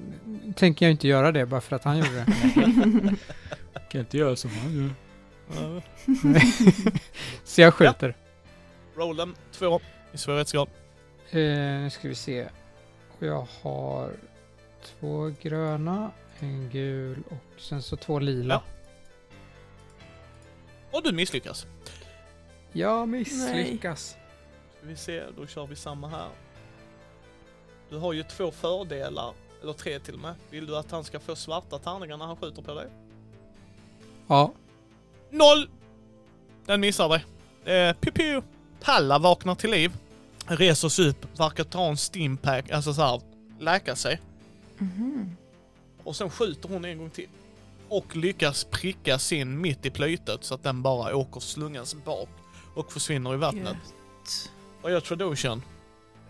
S3: tänker jag inte göra det bara för att han gjorde det.
S6: Kan inte göra som han gör.
S3: Så jag skjuter.
S2: Rollen, två i svårighetsgrad.
S3: Eh, nu ska vi se. Och jag har två gröna, en gul och sen så två lila.
S2: Ja. Och du misslyckas.
S3: Jag misslyckas.
S2: Ska vi se, då kör vi samma här. Du har ju två fördelar, eller tre till och med. Vill du att han ska få svarta tärningar när han skjuter på dig?
S3: Ja.
S2: Noll! Den missar dig. Eh, pew, pew. Palla vaknar till liv. Reser sig upp, verkar ta en stimpack, alltså såhär, läka sig.
S4: Mhm.
S2: Och sen skjuter hon en gång till. Och lyckas pricka sin mitt i plöjtet så att den bara åker slungas bak och försvinner i
S4: Mm.
S2: vattnet.
S4: Gött.
S2: Och jag tror då känn.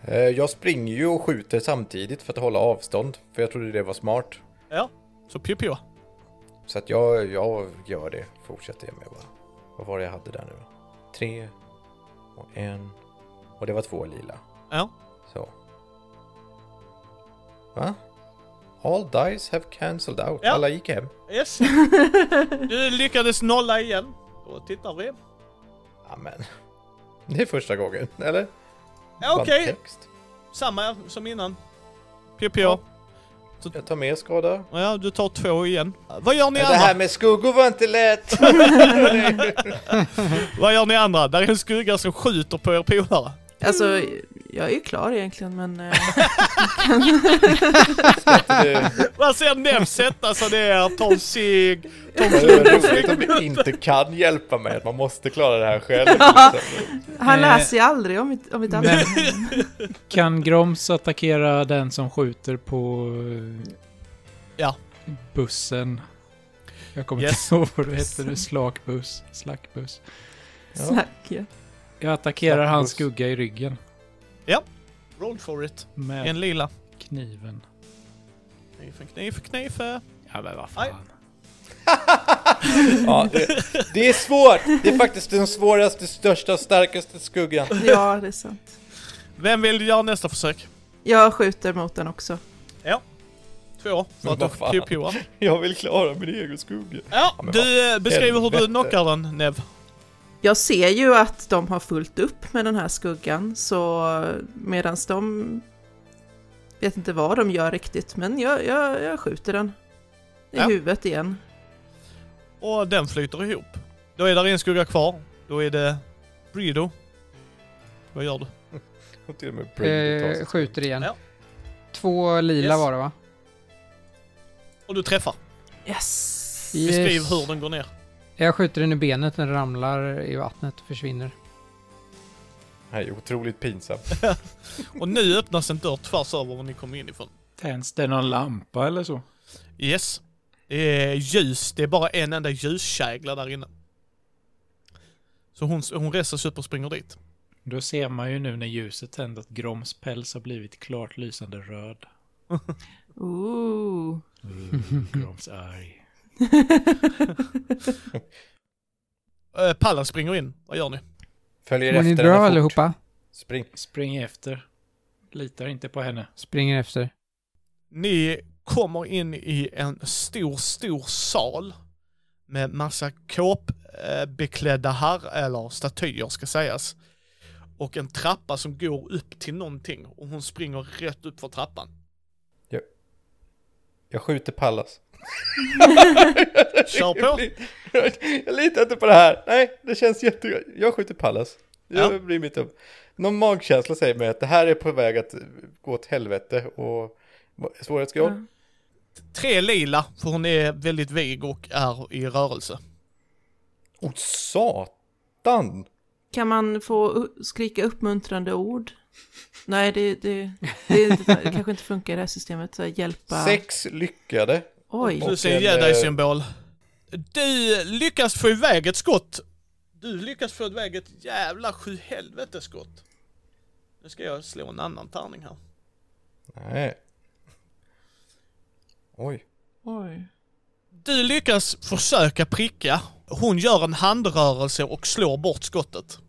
S5: Eh, Jag springer ju och skjuter samtidigt för att hålla avstånd. För jag trodde det var smart.
S2: Så pju pju.
S5: Så att jag, jag gör det. Fortsätter jag med bara. Vad var det jag hade där nu då? tre och en. Och det var två lila.
S2: Ja.
S5: Så. Va? All dice have cancelled out.
S2: Ja.
S5: Alla gick hem.
S2: Yes. Du lyckades nolla igen. Då tittar vi.
S5: Amen. Det är första gången, eller?
S2: Ja, Okej,
S5: Bland text.
S2: samma som innan. Pio
S5: Ja.
S2: ja.
S5: Jag tar mer skada.
S2: ja, du tar två igen. Vad gör ni
S5: Det
S2: andra?
S5: här med skuggor var inte lätt!
S2: Vad gör ni andra? Där är en skugga som skjuter på er polare.
S4: Alltså, jag är ju klar egentligen, men... eh,
S5: Det
S2: Man ser Neb sätta sig ner, ta en cigg, ta en
S5: var ju
S2: klunk
S5: roligt om du inte kan hjälpa mig, att man måste klara det här själv. liksom.
S4: Han
S6: Eh.
S4: läser ju aldrig om mitt, om mitt andra.
S6: Men- Kan Groms attackera den som skjuter på... eh,
S2: Ja.
S6: Bussen. Jag kommer
S2: Yes.
S6: inte ihåg vad det hette nu. Slakbuss. Slackbuss.
S5: Ja.
S4: Snack ju.
S6: Jag attackerar hans
S5: Slackbuss.
S6: skugga i ryggen.
S2: Roll for it.
S6: Med
S2: En lila.
S6: kniven.
S2: Knife, knife, knife.
S6: Ja men vad
S2: Aj.
S6: fan.
S5: Ja, det, det är svårt! Det är faktiskt den svåraste, största och starkaste skuggan.
S4: Ja, det är sant.
S2: Vem vill göra nästa försök?
S4: Jag skjuter mot den också.
S2: Två, för
S5: Men
S2: att du
S5: vad fan.
S2: pio-pioar.
S5: Jag vill klara min egen skugga.
S2: Ja,
S5: men
S2: du eh, beskriver hur du
S5: helvete.
S2: knockar den, Nev.
S4: Jag ser ju att de har fullt upp med den här skuggan, så medan de vet inte vad de gör riktigt, men jag, jag, jag skjuter den i
S2: Ja.
S4: huvudet igen.
S2: Och den flyter ihop. Då är där en skugga kvar. Då är det Brido. Vad gör du?
S5: Och till och med Brady tar
S3: Eh,
S5: sig.
S3: skjuter igen.
S2: Ja.
S3: Två lila
S2: Yes.
S3: var det va?
S2: Och du träffar.
S4: Yes!
S2: Beskriv
S3: Yes.
S2: hur den går ner.
S3: Jag skjuter den i benet, den ramlar i vattnet och försvinner.
S5: Det här är otroligt pinsamt.
S2: Och nu öppnas en dörr tvärs över var ni kom in ifrån.
S6: Tänds det någon lampa eller så?
S2: Yes. Det är ljus. Det är bara en enda ljuskägla där inne. Så hon, hon reser sig upp och springer dit.
S6: Då ser man ju nu när ljuset tänds att Groms päls har blivit klart lysande röd.
S4: Ooh.
S6: Groms arg.
S2: Äh, pallen springer in. Vad gör ni?
S5: Följer
S3: Mår
S5: efter
S3: ni
S5: henne
S3: bra
S5: fort.
S3: allihopa?
S5: Spring.
S6: Spring efter. Litar inte på henne.
S3: Springer efter.
S2: Ni kommer in i en stor, stor sal med massa kåpbeklädda herrar, eller statyer ska sägas. Och en trappa som går upp till någonting och hon springer rätt upp för trappan.
S5: Jag skjuter Pallas.
S2: Kör på!
S5: Jag litar inte på det här. Nej, det känns jätte... Jag skjuter Pallas. Jag
S2: Ja.
S5: blir mitt upp. Någon magkänsla säger mig att det här är på väg att gå åt helvete och svårighetsgrad.
S4: Ja.
S2: Tre lila, för hon är väldigt vig och är i rörelse.
S5: Åh satan!
S4: Kan man få u- skrika uppmuntrande ord? Nej, det, det, det, det, kanske inte funkar i det här systemet. Så här, hjälpa...
S5: Sex lyckade.
S4: Oj,
S2: Plus en
S5: en,
S2: jedi-symbol. Du lyckas få iväg ett skott. Du lyckas få iväg ett jävla sjuhelvetes skott. Nu ska jag slå en annan tärning här.
S5: Nej. Oj.
S4: oj.
S2: Du lyckas försöka pricka. Hon gör en handrörelse och slår bort skottet.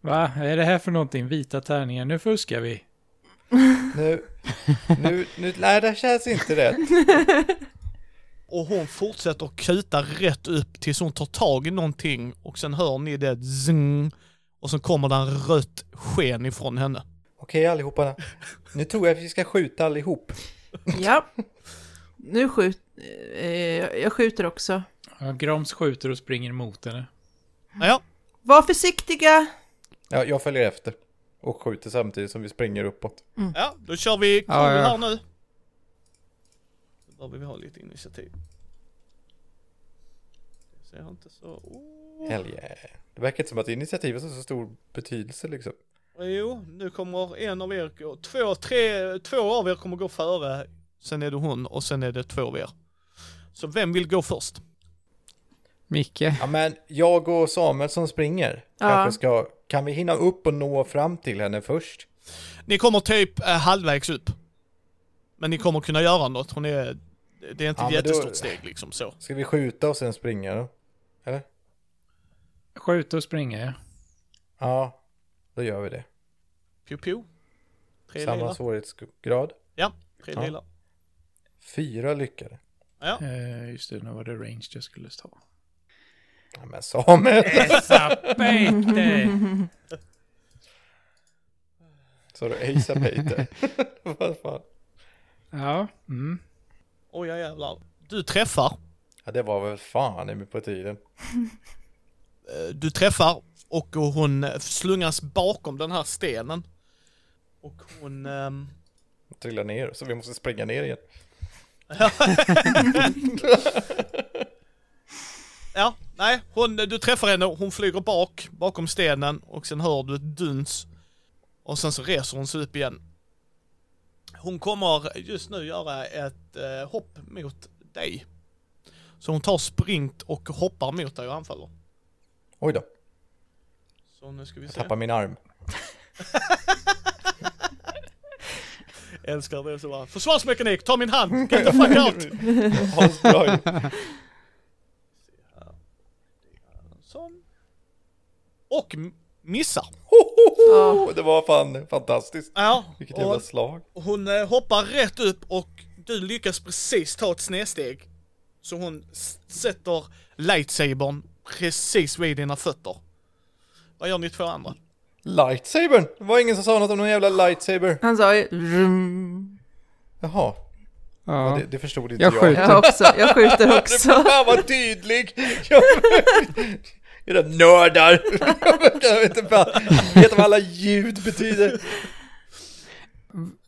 S6: Va? Är det här för någonting? Vita tärningar? Nu fuskar vi.
S5: Nu, nu, nu, nej det här känns inte rätt.
S2: Och hon fortsätter att kuta rätt upp tills hon tar tag i någonting och sen hör ni det zing. Och sen kommer det en rött sken ifrån henne.
S5: Okej allihopa, nu tror jag att vi ska skjuta allihop.
S4: Ja. Nu skjut... Eh, jag skjuter också.
S6: Ja, Groms skjuter och springer mot henne.
S2: Ja,
S4: Var försiktiga!
S5: Ja, jag följer efter och skjuter samtidigt som vi springer uppåt.
S2: ja, då kör vi
S3: Ja,
S2: krångel
S3: ja.
S2: här nu. Då behöver vi ha lite initiativ. Det ser inte så... Oh.
S5: Hell yeah. Det verkar inte som att initiativet har så stor betydelse liksom.
S2: Oh, Jo, nu kommer en av er gå, två, tre, två av er kommer gå före, sen är det hon och sen är det två av er. Så vem vill gå först?
S3: Micke.
S5: Ja men jag och Samuel som springer
S4: Ja.
S5: kanske ska, kan vi hinna upp och nå fram till henne först?
S2: Ni kommer typ eh, halvvägs upp. Men ni kommer kunna göra något, hon är, det är inte
S5: Ja,
S2: ett
S5: men då-
S2: jättestort steg liksom så.
S5: Ska vi skjuta och sen springa då? Eller?
S6: Skjuta och springa, ja.
S5: Ja, då gör vi det.
S2: Pew pew. Tre
S5: Samma
S2: delar.
S5: svårighetsgrad.
S2: Ja, tre
S5: Ja.
S2: delar.
S5: Fyra lyckade.
S2: Ja.
S6: Eh, just det, nu var det range jag skulle ta.
S5: Ja, men Samuel!
S6: Sapete!
S5: Sa du Asa Peter? Vad fan?
S6: ja, mm.
S2: Oj, ja, jävlar. Du träffar.
S5: Ja, det var väl fan i mig på tiden.
S2: Eh, Du träffar och hon slungas bakom den här stenen. Och hon... ehm,
S5: Trilla ner, så vi måste springa ner igen.
S2: Ja, nej. Hon, du träffar henne, hon flyger bak, bakom stenen och sen hör du ett duns. Och sen så reser hon sig upp igen. Hon kommer just nu göra ett eh, hopp mot dig. Så hon tar sprint och hoppar mot dig och anfaller.
S5: Oj då,
S2: Så nu ska vi
S5: jag
S2: se.
S5: tappar min arm.
S2: Älskar det så bara, försvarsmekanik, ta min hand, get the fuck out!
S5: Asbra ju.
S2: Sån. Och m- missar.
S5: Hohoho! Det var fan fantastiskt.
S2: Ja,
S5: Vilket jävla
S2: och
S5: slag.
S2: Hon eh, hoppar rätt upp och du lyckas precis ta ett snedsteg. Så hon s- sätter lightsabern precis vid dina fötter. Vad gör ni två andra?
S5: Lightsabern! Det var ingen som sa något om någon jävla lightsaber.
S4: Han sa ju... "Vroom."
S5: Jaha,
S3: Ja.
S5: det, det förstod inte
S3: Jag
S5: jag.
S3: skjuter.
S4: Jag också, jag skjuter också.
S5: Fan vad tydlig! Jag- Era nördar! Jag vet inte fan- vet vad alla ljud betyder.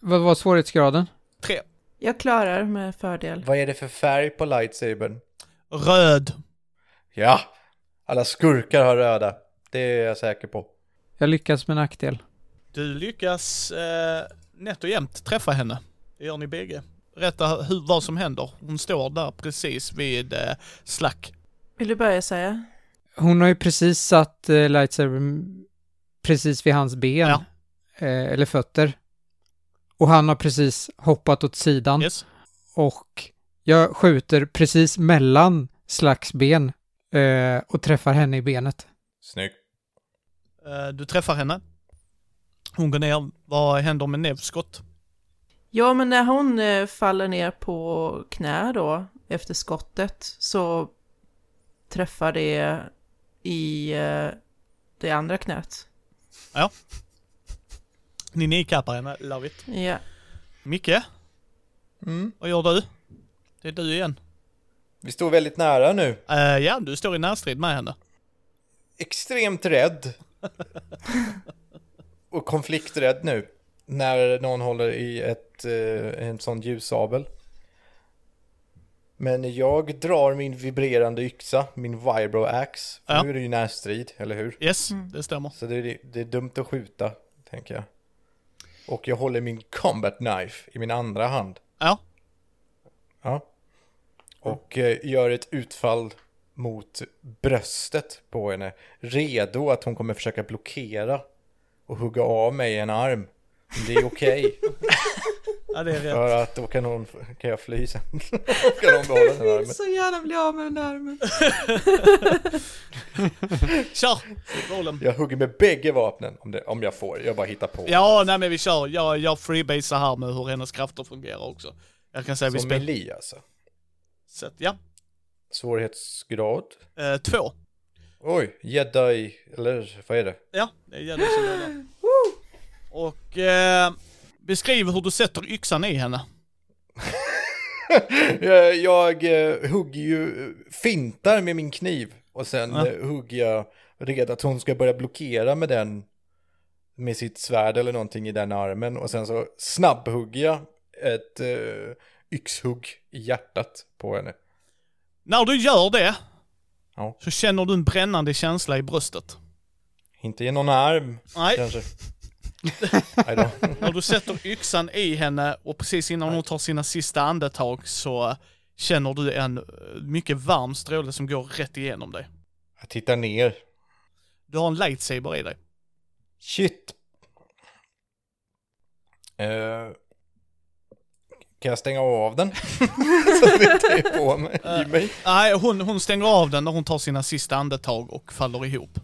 S3: Vad var svårighetsgraden?
S2: Tre.
S4: Jag klarar med fördel.
S5: Vad är det för färg på lightsabern?
S2: Röd.
S5: Ja, alla skurkar har röda. Det är jag säker på.
S3: Jag lyckas med nackdel.
S2: Du lyckas eh, nätt och jämnt träffa henne. Det gör ni bägge. Rätta hur, vad som händer. Hon står där precis vid eh, slack.
S4: Vill du börja säga?
S3: Hon har ju precis satt eh, lightsaber precis vid hans ben.
S2: Ja.
S3: Eh, eller fötter. Och han har precis hoppat åt sidan.
S2: Yes.
S3: Och jag skjuter precis mellan Slacks ben eh, och träffar henne i benet.
S5: Snyggt.
S2: Eh, du träffar henne. Hon går ner. Vad händer med nävskott?
S4: Ja, men när hon eh, faller ner på knä då, efter skottet, så träffar det i eh, det andra knät.
S2: Ni nikappar henne. Love it.
S4: Ja.
S2: Micke?
S5: Mm.
S2: Vad gör du? Det är du igen.
S5: Vi står väldigt nära nu.
S2: Eh, ja, du står i närstrid med henne.
S5: Extremt rädd. Och konflikträdd nu. När någon håller i ett, eh, en sån ljussabel. Men jag drar min vibrerande yxa, min vibro-ax. För
S2: Ja.
S5: Nu är det ju närstrid, eller hur?
S2: Yes, det stämmer.
S5: Så det är, det är dumt att skjuta, tänker jag. Och jag håller min combat knife i min andra hand.
S2: Ja,
S5: Ja.
S2: Mm.
S5: Och eh, gör ett utfall mot bröstet på henne. Redo att hon kommer försöka blockera och hugga av mig en arm. Det är okej,
S2: ja det är rätt.
S5: för att då kan, hon, kan jag fly sen. Då kan hon behålla den armen.
S4: Så gärna bli av med den armen.
S2: Kör! Rollen.
S5: Jag hugger med bägge vapnen om, det, om jag får. Jag bara hittar på.
S2: Ja, nej men vi kör. Jag, jag freebasar här med hur hennes krafter fungerar också. Jag kan säga vi
S5: Som med
S2: spelar...
S5: Li alltså.
S2: Så att, Ja,
S5: Svårighetsgrad.
S2: Eh, två.
S5: Oj, jedi, eller vad är det?
S2: Ja, det gäller som gäller. Och eh, beskriv hur du sätter yxan i henne.
S5: Eh, jag eh, hugger ju, fintar med min kniv och sen
S2: Ja.
S5: eh, hugger jag redan att hon ska börja blockera med den, med sitt svärd eller någonting i den armen och sen så snabbhugger jag ett eh, yxhugg i hjärtat på henne.
S2: När du gör det
S5: Ja.
S2: så känner du en brännande känsla i bröstet.
S5: Inte i någon arm
S2: Nej,
S5: kanske. Nej då.
S2: när du sätter yxan i henne och precis innan hon tar sina sista andetag så känner du en eh, mycket varm stråle som går rätt igenom dig.
S5: Jag tittar ner.
S2: Du har en lightsaber i dig.
S5: Shit. Eh, Kan jag stänga av den? så att det inte är på mig. I mig.
S2: Nej, hon, hon stänger av den när hon tar sina sista andetag och faller ihop.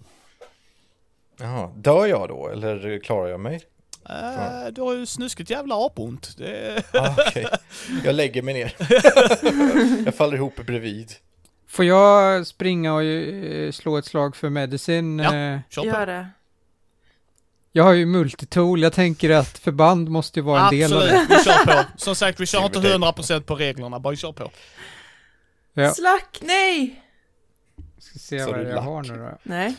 S5: Jaha, dör jag då eller klarar jag mig?
S2: Eh, du har ju snuskigt jävla apont. Det...
S5: Ah, okej. Jag lägger mig ner. jag faller ihop bredvid.
S3: Får jag springa och eh, slå ett slag för medicin?
S2: Ja.
S3: Eh,
S2: Kör på.
S4: Gör det.
S3: Jag har ju multitool, jag tänker att förband måste ju vara en del av det.
S2: Absolut, vi kör på. Som sagt, vi kör inte
S5: Silver
S2: 100% på reglerna, bara kör på.
S3: Ja.
S4: Slack, nej!
S3: Ska se
S5: Så
S3: vad
S5: du
S3: jag
S5: lack.
S3: har nu då.
S4: Nej.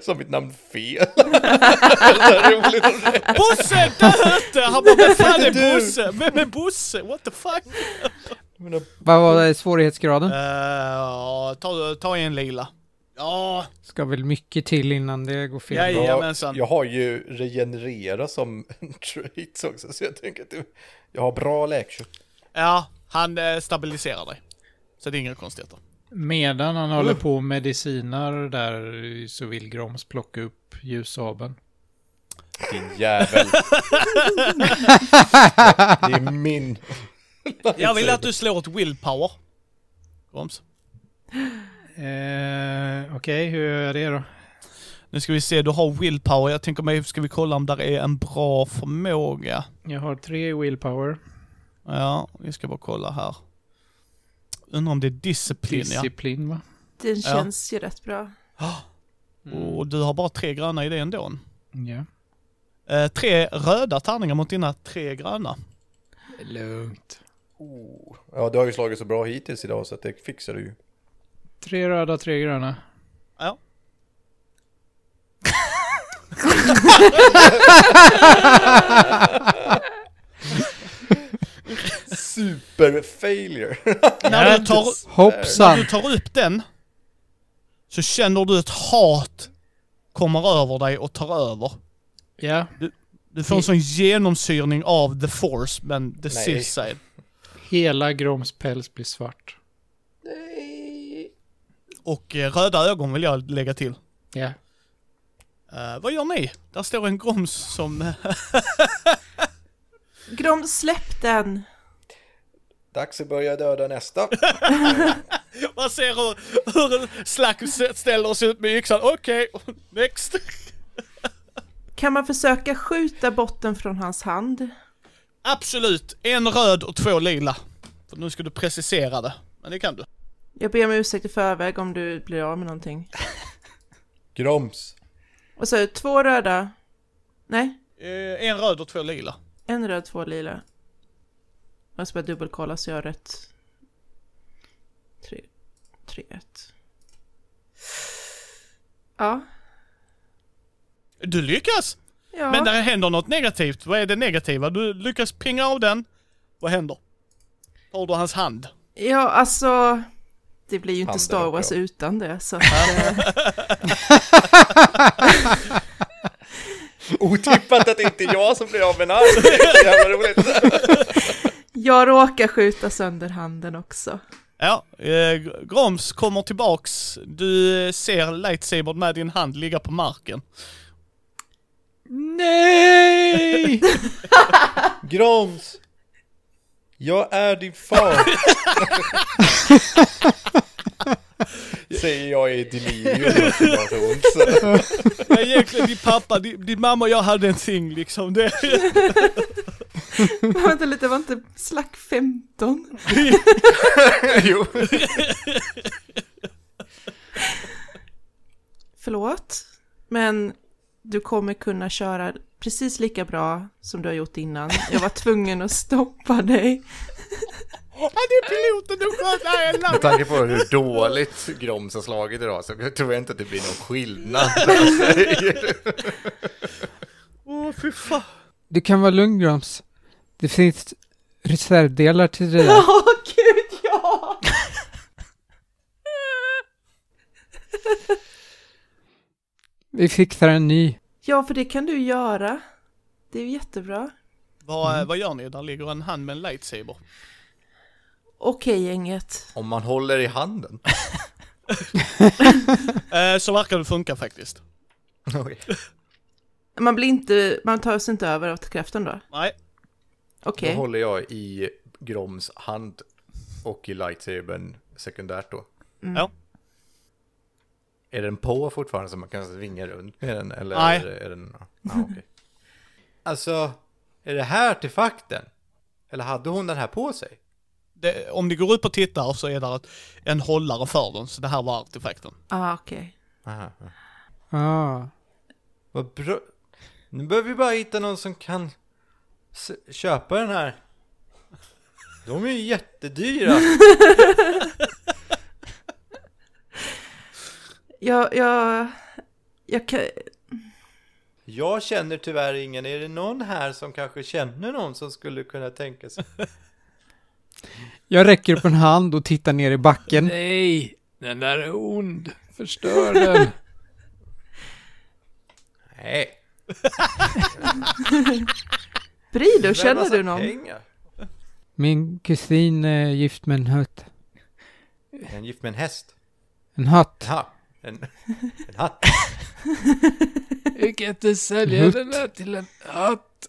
S5: Som mitt namn fel. Det är roligt om det.
S2: Bosse, döte! Han bara, vem fan är
S5: Du.
S2: Bosse? Vem är Bosse? What the fuck?
S5: Mina
S3: Vad var svårighetsgraden?
S2: Eh, ta, ta en lila. Ja,
S3: Ska väl mycket till innan det går fel.
S2: Jajamän.
S5: Jag,
S2: Jajamensan.
S5: jag har ju regenerera som trait också, så jag tänker att det- jag har bra läkkött.
S2: ja, han eh, stabiliserar dig. Så det är inga konstigheter.
S6: Medan han håller på och medicinar där så vill Groms plocka upp ljussabeln.
S5: Din jävel. det är min.
S2: Jag vill att du slår ett willpower. Roms.
S6: Eh, Okej, hur gör jag det då?
S2: Nu ska vi se, du har willpower. Jag tänker mig, ska vi kolla om där är en bra förmåga?
S6: Jag har tre willpower.
S2: Ja, vi ska bara kolla här. Undrar om det är disciplin, ja.
S6: Disciplin va?
S4: Den känns ju rätt bra.
S2: Mm. Och du har bara tre gröna i det ändå.
S6: Ja.
S2: Eh, tre röda tärningar mot dina tre gröna.
S6: Lugnt.
S5: Oh. Ja, du har ju slagit så bra hittills idag så att det fixar du ju.
S6: Tre röda, tre gröna.
S2: Ja.
S5: Super failure.
S2: När du tar,
S3: Hoppsan!
S2: du tar upp den så känner du ett hat kommer över dig och tar över.
S6: Ja.
S2: Du får en sån genomsyrning av the force, men the
S5: Nej.
S2: sith side.
S6: Hela Groms päls blir svart.
S2: Och eh, röda ögon vill jag lägga till.
S6: Ja.
S2: Eh, vad gör ni? Där står en groms som... eh,
S4: Grom, släpp den!
S5: Dags att börja döda nästa.
S2: Man ser hur, hur Slack s- ställer sig ut med yxan. Okej, next.
S4: Kan man försöka skjuta botten från hans hand?
S2: Absolut, en röd och två lila. För nu ska du precisera det. Men det kan du.
S4: Jag ber om ursäkt i förväg om du blir av med någonting.
S5: Groms.
S4: Och så två röda. Nej,
S2: Eh, en röd och två lila.
S4: en röd, två lila. Jag ska bara dubbelkolla så jag har rätt. Tre, tre, ett. Ja,
S2: Du lyckas!
S4: ja.
S2: Men där händer något negativt. Vad är det negativa? Du lyckas pinga av den. Vad händer? Tar du hans hand?
S4: Ja, alltså. Det blir ju inte
S5: Handen
S4: Star
S5: och
S4: Wars
S5: bra.
S4: utan det. Så att, eh,
S5: Otippat Oh, att det inte är jag som blir av med en arm. Det är så jävla roligt.
S4: jag råkar skjuta sönder handen också.
S2: Ja, eh, Groms kommer tillbaks. Du eh, ser lightsabern med din hand ligga på marken.
S6: Nej!
S5: Groms. Jag är din far. Säger jag i delirium. Så-
S2: Ja, egentligen din pappa, din, din mamma och jag hade en ting liksom. Det,
S4: Vänta lite, var inte slack 15?
S5: Jo.
S4: Förlåt, men du kommer kunna köra precis lika bra som du har gjort innan. Jag var tvungen att stoppa dig.
S2: Ja, det är piloten du sköt! Nej, jag la-
S5: Med tanke på hur dåligt Groms har slagit idag så tror jag inte att det blir någon skillnad.
S2: Åh, fy fan.
S3: Du kan vara lugn Grams. Det finns reservdelar till det där.
S4: Åh gud ja!
S3: Vi fixar en ny.
S4: Ja, för det kan du göra. Det är ju jättebra.
S2: Vad, vad gör ni? Där ligger en hand med en lightsaber.
S4: Okej gänget.
S5: Om man håller i handen.
S2: Eh, så verkar det funka faktiskt.
S5: Oj.
S4: Man blir inte, man tar sig inte över av kraften då?
S2: Nej.
S4: Okej.
S5: Då håller jag i Groms hand och i lightsabern sekundärt då.
S4: Mm.
S2: Ja.
S5: Är den på fortfarande så man kan svinga runt med den? Eller
S2: Nej.
S5: Är, det- är den... Ah, okay. alltså, är det här artefakten? Eller hade hon den här på sig?
S2: Det, om ni går upp och tittar så är det ett- en hållare för den, så det här var artefakten.
S4: Ah, okej.
S5: Aha.
S3: Ah.
S5: Vad bra. Nu behöver vi bara hitta någon som kan s- köpa den här. De är ju jättedyra.
S4: Jag, jag, jag kan...
S5: Jag känner tyvärr ingen. Är det någon här som kanske känner någon som skulle kunna tänka sig?
S3: Jag räcker upp en hand och tittar ner i backen.
S6: Nej, den där är ond. Förstör den.
S5: Nej.
S4: Brido,
S5: Det är en
S4: känner
S5: massa
S4: du någon?
S5: pengar.
S3: Min kusin är gift med en hatt.
S5: Är han gift med en häst?
S3: En hatt.
S5: Jaha. En, en hatt?
S6: Jag kan inte sälja
S3: Mutt.
S6: den där till en hatt.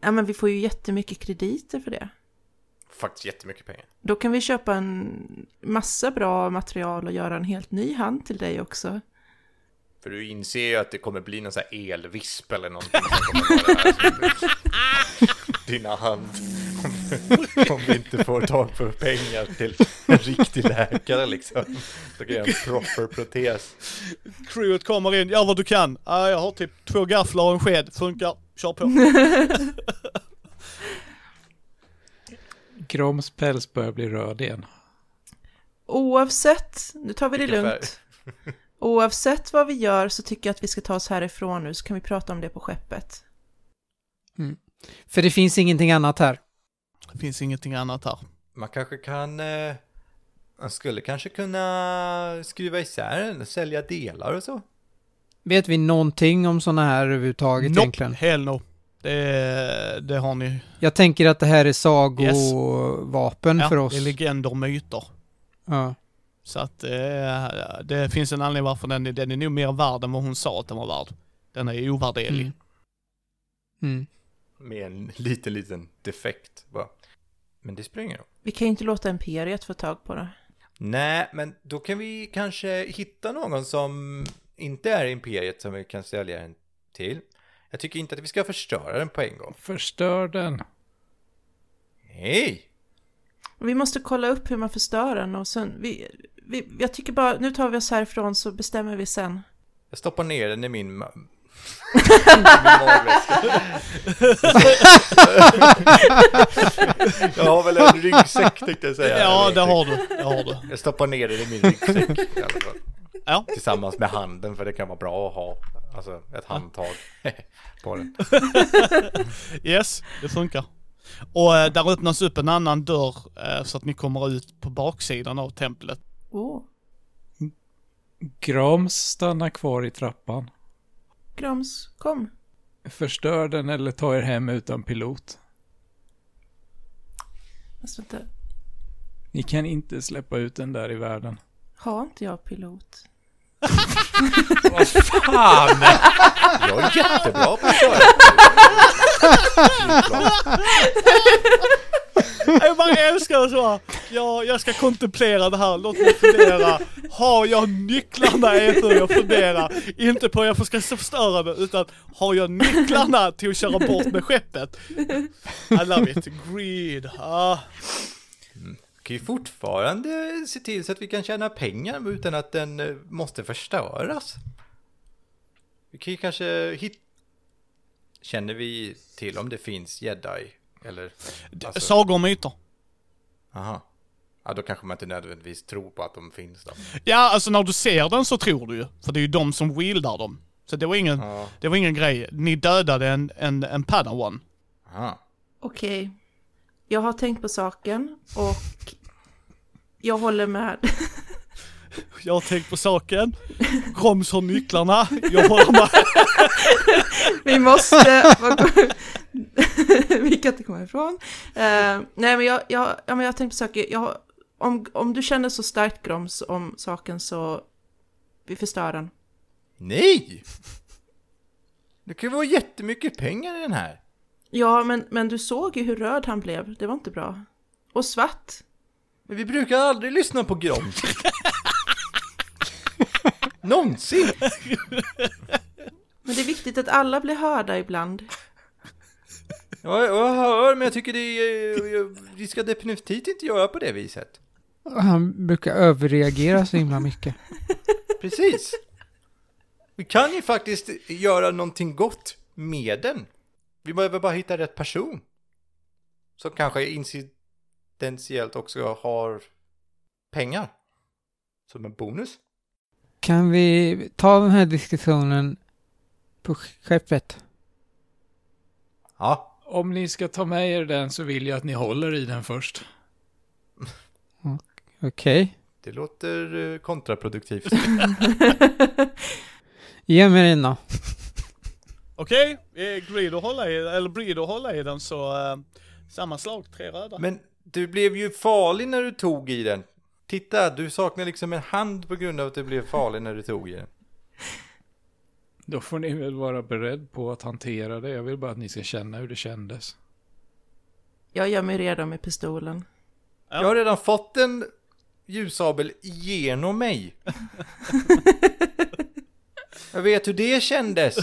S4: Ja, men vi får ju jättemycket krediter för det.
S5: Faktiskt jättemycket pengar.
S4: Då kan vi köpa en massa bra material och göra en helt ny hand till dig också.
S5: För du inser ju att det kommer bli någon sån här elvisp eller någonting som kommer vara där. Alltså, Dina hand. Om vi inte får tag på pengar till en riktig läkare liksom. Då kan jag göra en proper protes.
S2: Crewet kommer in, gör vad du kan. Ah, jag har typ två gafflar och en sked, funkar, kör på.
S6: Groms päls börjar bli röd igen.
S4: Oavsett, nu tar vi det
S5: Vilken
S4: lugnt. Oavsett vad vi gör så tycker jag att vi ska ta oss härifrån nu så kan vi prata om det på skeppet.
S3: För det finns ingenting annat här.
S2: Det finns ingenting annat här.
S5: Man kanske kan... eh, Man skulle kanske kunna skruva isär den och sälja delar och så.
S3: Vet vi någonting om sådana här överhuvudtaget
S2: Nope,
S3: egentligen?
S2: hell no. Det, det har ni.
S3: Jag tänker att det här är
S2: Yes.
S3: sagovapen
S2: Ja,
S3: för oss.
S2: Det är legender och myter.
S3: ja.
S2: Så att eh, det finns en anledning varför den, den är nog mer värd än vad hon sa att den var värd. Den är ovärderlig.
S3: Mm. Mm.
S5: Med en liten, liten defekt bara. Men det spelar ingen roll.
S4: Vi kan ju inte låta Imperiet få tag på det.
S5: Nej, men då kan vi kanske hitta någon som inte är Imperiet som vi kan sälja den till. Jag tycker inte att vi ska förstöra den på en gång.
S6: Förstör den.
S5: Nej!
S4: Vi måste kolla upp hur man förstör den och sen, vi, vi, jag tycker bara, nu tar vi oss härifrån så bestämmer vi sen.
S5: Jag stoppar ner den i min... ma- min magväska. jag har väl en ryggsäck tänkte jag säga.
S2: Ja,
S5: Jag
S2: det
S5: vet
S2: har du. Det har du.
S5: inte. Jag stoppar ner den i min ryggsäck. i alla fall.
S2: Ja.
S5: Tillsammans med handen, för det kan vara bra att ha. Alltså, ett handtag på den.
S2: Yes, det funkar. Och eh, där öppnas upp en annan dörr eh, så att ni kommer ut på baksidan av templet.
S4: Åh,
S6: Groms stannar kvar i trappan.
S4: Grams, kom.
S6: Förstör den eller ta er hem utan pilot.
S4: Alltså, inte,
S6: Ni kan inte släppa ut den där i världen.
S4: har inte jag pilot?
S5: Vad fan! Ah, Jag är jättebra på att köra.
S2: Jag bara älskar det så. Jag, jag ska kontemplera det här, låt mig fundera. Har jag nycklarna är hur jag funderar. Inte på hur jag ska förstöra det, utan har jag nycklarna till att köra bort med skeppet? I love it. Greed. Ah.
S5: kan ju fortfarande se till så att vi kan tjäna pengar utan att den eh, måste förstöras. Vi kan ju kanske hitta... Känner vi till om det finns jedi? Eller? Alltså,
S2: Sagor och myter.
S5: Aha. Ja, då kanske man inte nödvändigtvis tror på att de finns då.
S2: Ja, alltså när du ser den så tror du ju. För det är ju de som wieldar dem. Så det var ingen,
S5: Ja.
S2: det var ingen grej. Ni dödade en, en, en padawan.
S5: Aha.
S4: Okej, jag har tänkt på saken och jag håller med.
S2: Jag har tänkt på saken. Roms har nycklarna. Jag håller med.
S4: Vi måste... vad går- vi kan inte komma ifrån. Eh, nej, men jag, jag, ja, men jag tänkte på saker. Jag, om, om du känner så starkt, Groms, om saken så... Vi förstör den.
S5: Nej! Det kan ju vara jättemycket pengar i den här.
S4: Ja, men, men du såg ju hur röd han blev. Det var inte bra. Och svart.
S5: Men vi brukar aldrig lyssna på Grom. Någonsin!
S4: Men det är viktigt att alla blir hörda ibland.
S5: Jag, jag hör, men jag tycker det är, jag, vi ska definitivt inte göra på det viset.
S3: Han brukar överreagera så himla mycket.
S5: Precis. Vi kan ju faktiskt göra någonting gott med den. Vi behöver bara hitta rätt person. Som kanske incidentiellt också har pengar. Som en bonus.
S3: Kan vi ta den här diskussionen på skeppet?
S5: Ja,
S6: Om ni ska ta med er den så vill jag att ni håller i den först.
S3: Okej.
S5: det låter eh, kontraproduktivt.
S3: Ge mig den då.
S2: Okej, okay. Greed och hålla i, eller Breed och hålla i den så eh, samma slag, tre röda.
S5: Men du blev ju farlig när du tog i den. Titta, du saknar liksom en hand på grund av att du blev farlig när du tog i den.
S6: Då får ni väl vara beredd på att hantera det. Jag vill bara att ni ska känna hur det kändes.
S4: Jag gör mig redo med pistolen.
S2: Ja.
S5: Jag har redan fått en ljussabel genom mig. Jag vet hur det kändes.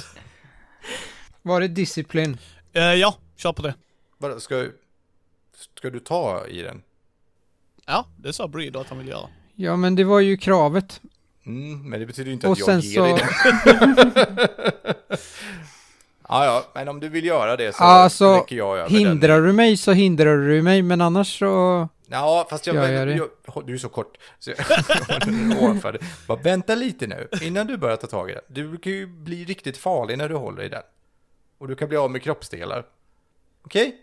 S3: Var det disciplin?
S2: Eh, ja, kör på det.
S5: Vadå, ska, ska du ta i den?
S2: Ja, det sa Breed att han ville göra.
S3: Ja, men det var ju kravet.
S5: Mm, men det betyder ju inte
S3: Och
S5: att
S3: sen
S5: jag ger
S3: så-
S5: dig den. ja, ja, men om du vill göra det så
S3: Alltså,
S5: räcker jag över den.
S3: Hindrar du mig så hindrar du mig, men annars så...
S5: Ja, fast jag,
S3: Jag
S5: jag,
S3: gör det.
S5: jag- Du är så kort. Så jag, jag håller ovanför dig. Bara vänta lite nu, innan du börjar ta tag i den. Du brukar ju bli riktigt farlig när du håller i den. Och du kan bli av med kroppsdelar. Okej?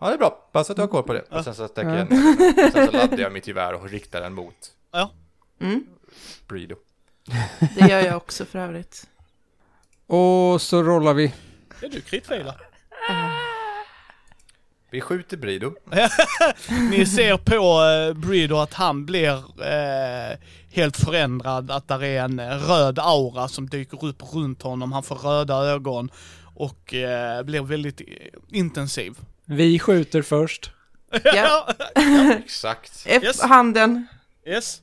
S5: Ja, det är bra. Bara så att du har koll på det. Och sen så sträcker jag ner den. Och Sen så laddar jag mitt gevär och riktar den mot
S2: Ja.
S4: Mm,
S5: Breedo.
S4: det gör jag också för övrigt.
S3: Och så rollar vi.
S2: Det är du kritfailar.
S5: Vi skjuter Breedo.
S2: Ni ser på eh, Breed och att han blir eh, helt förändrad, att där är en eh, röd aura som dyker upp runt honom. Han får röda ögon och eh, blir väldigt eh, intensiv.
S6: Vi skjuter först.
S4: Ja.
S5: Exakt.
S4: F-
S2: Yes.
S4: Handen.
S2: Yes.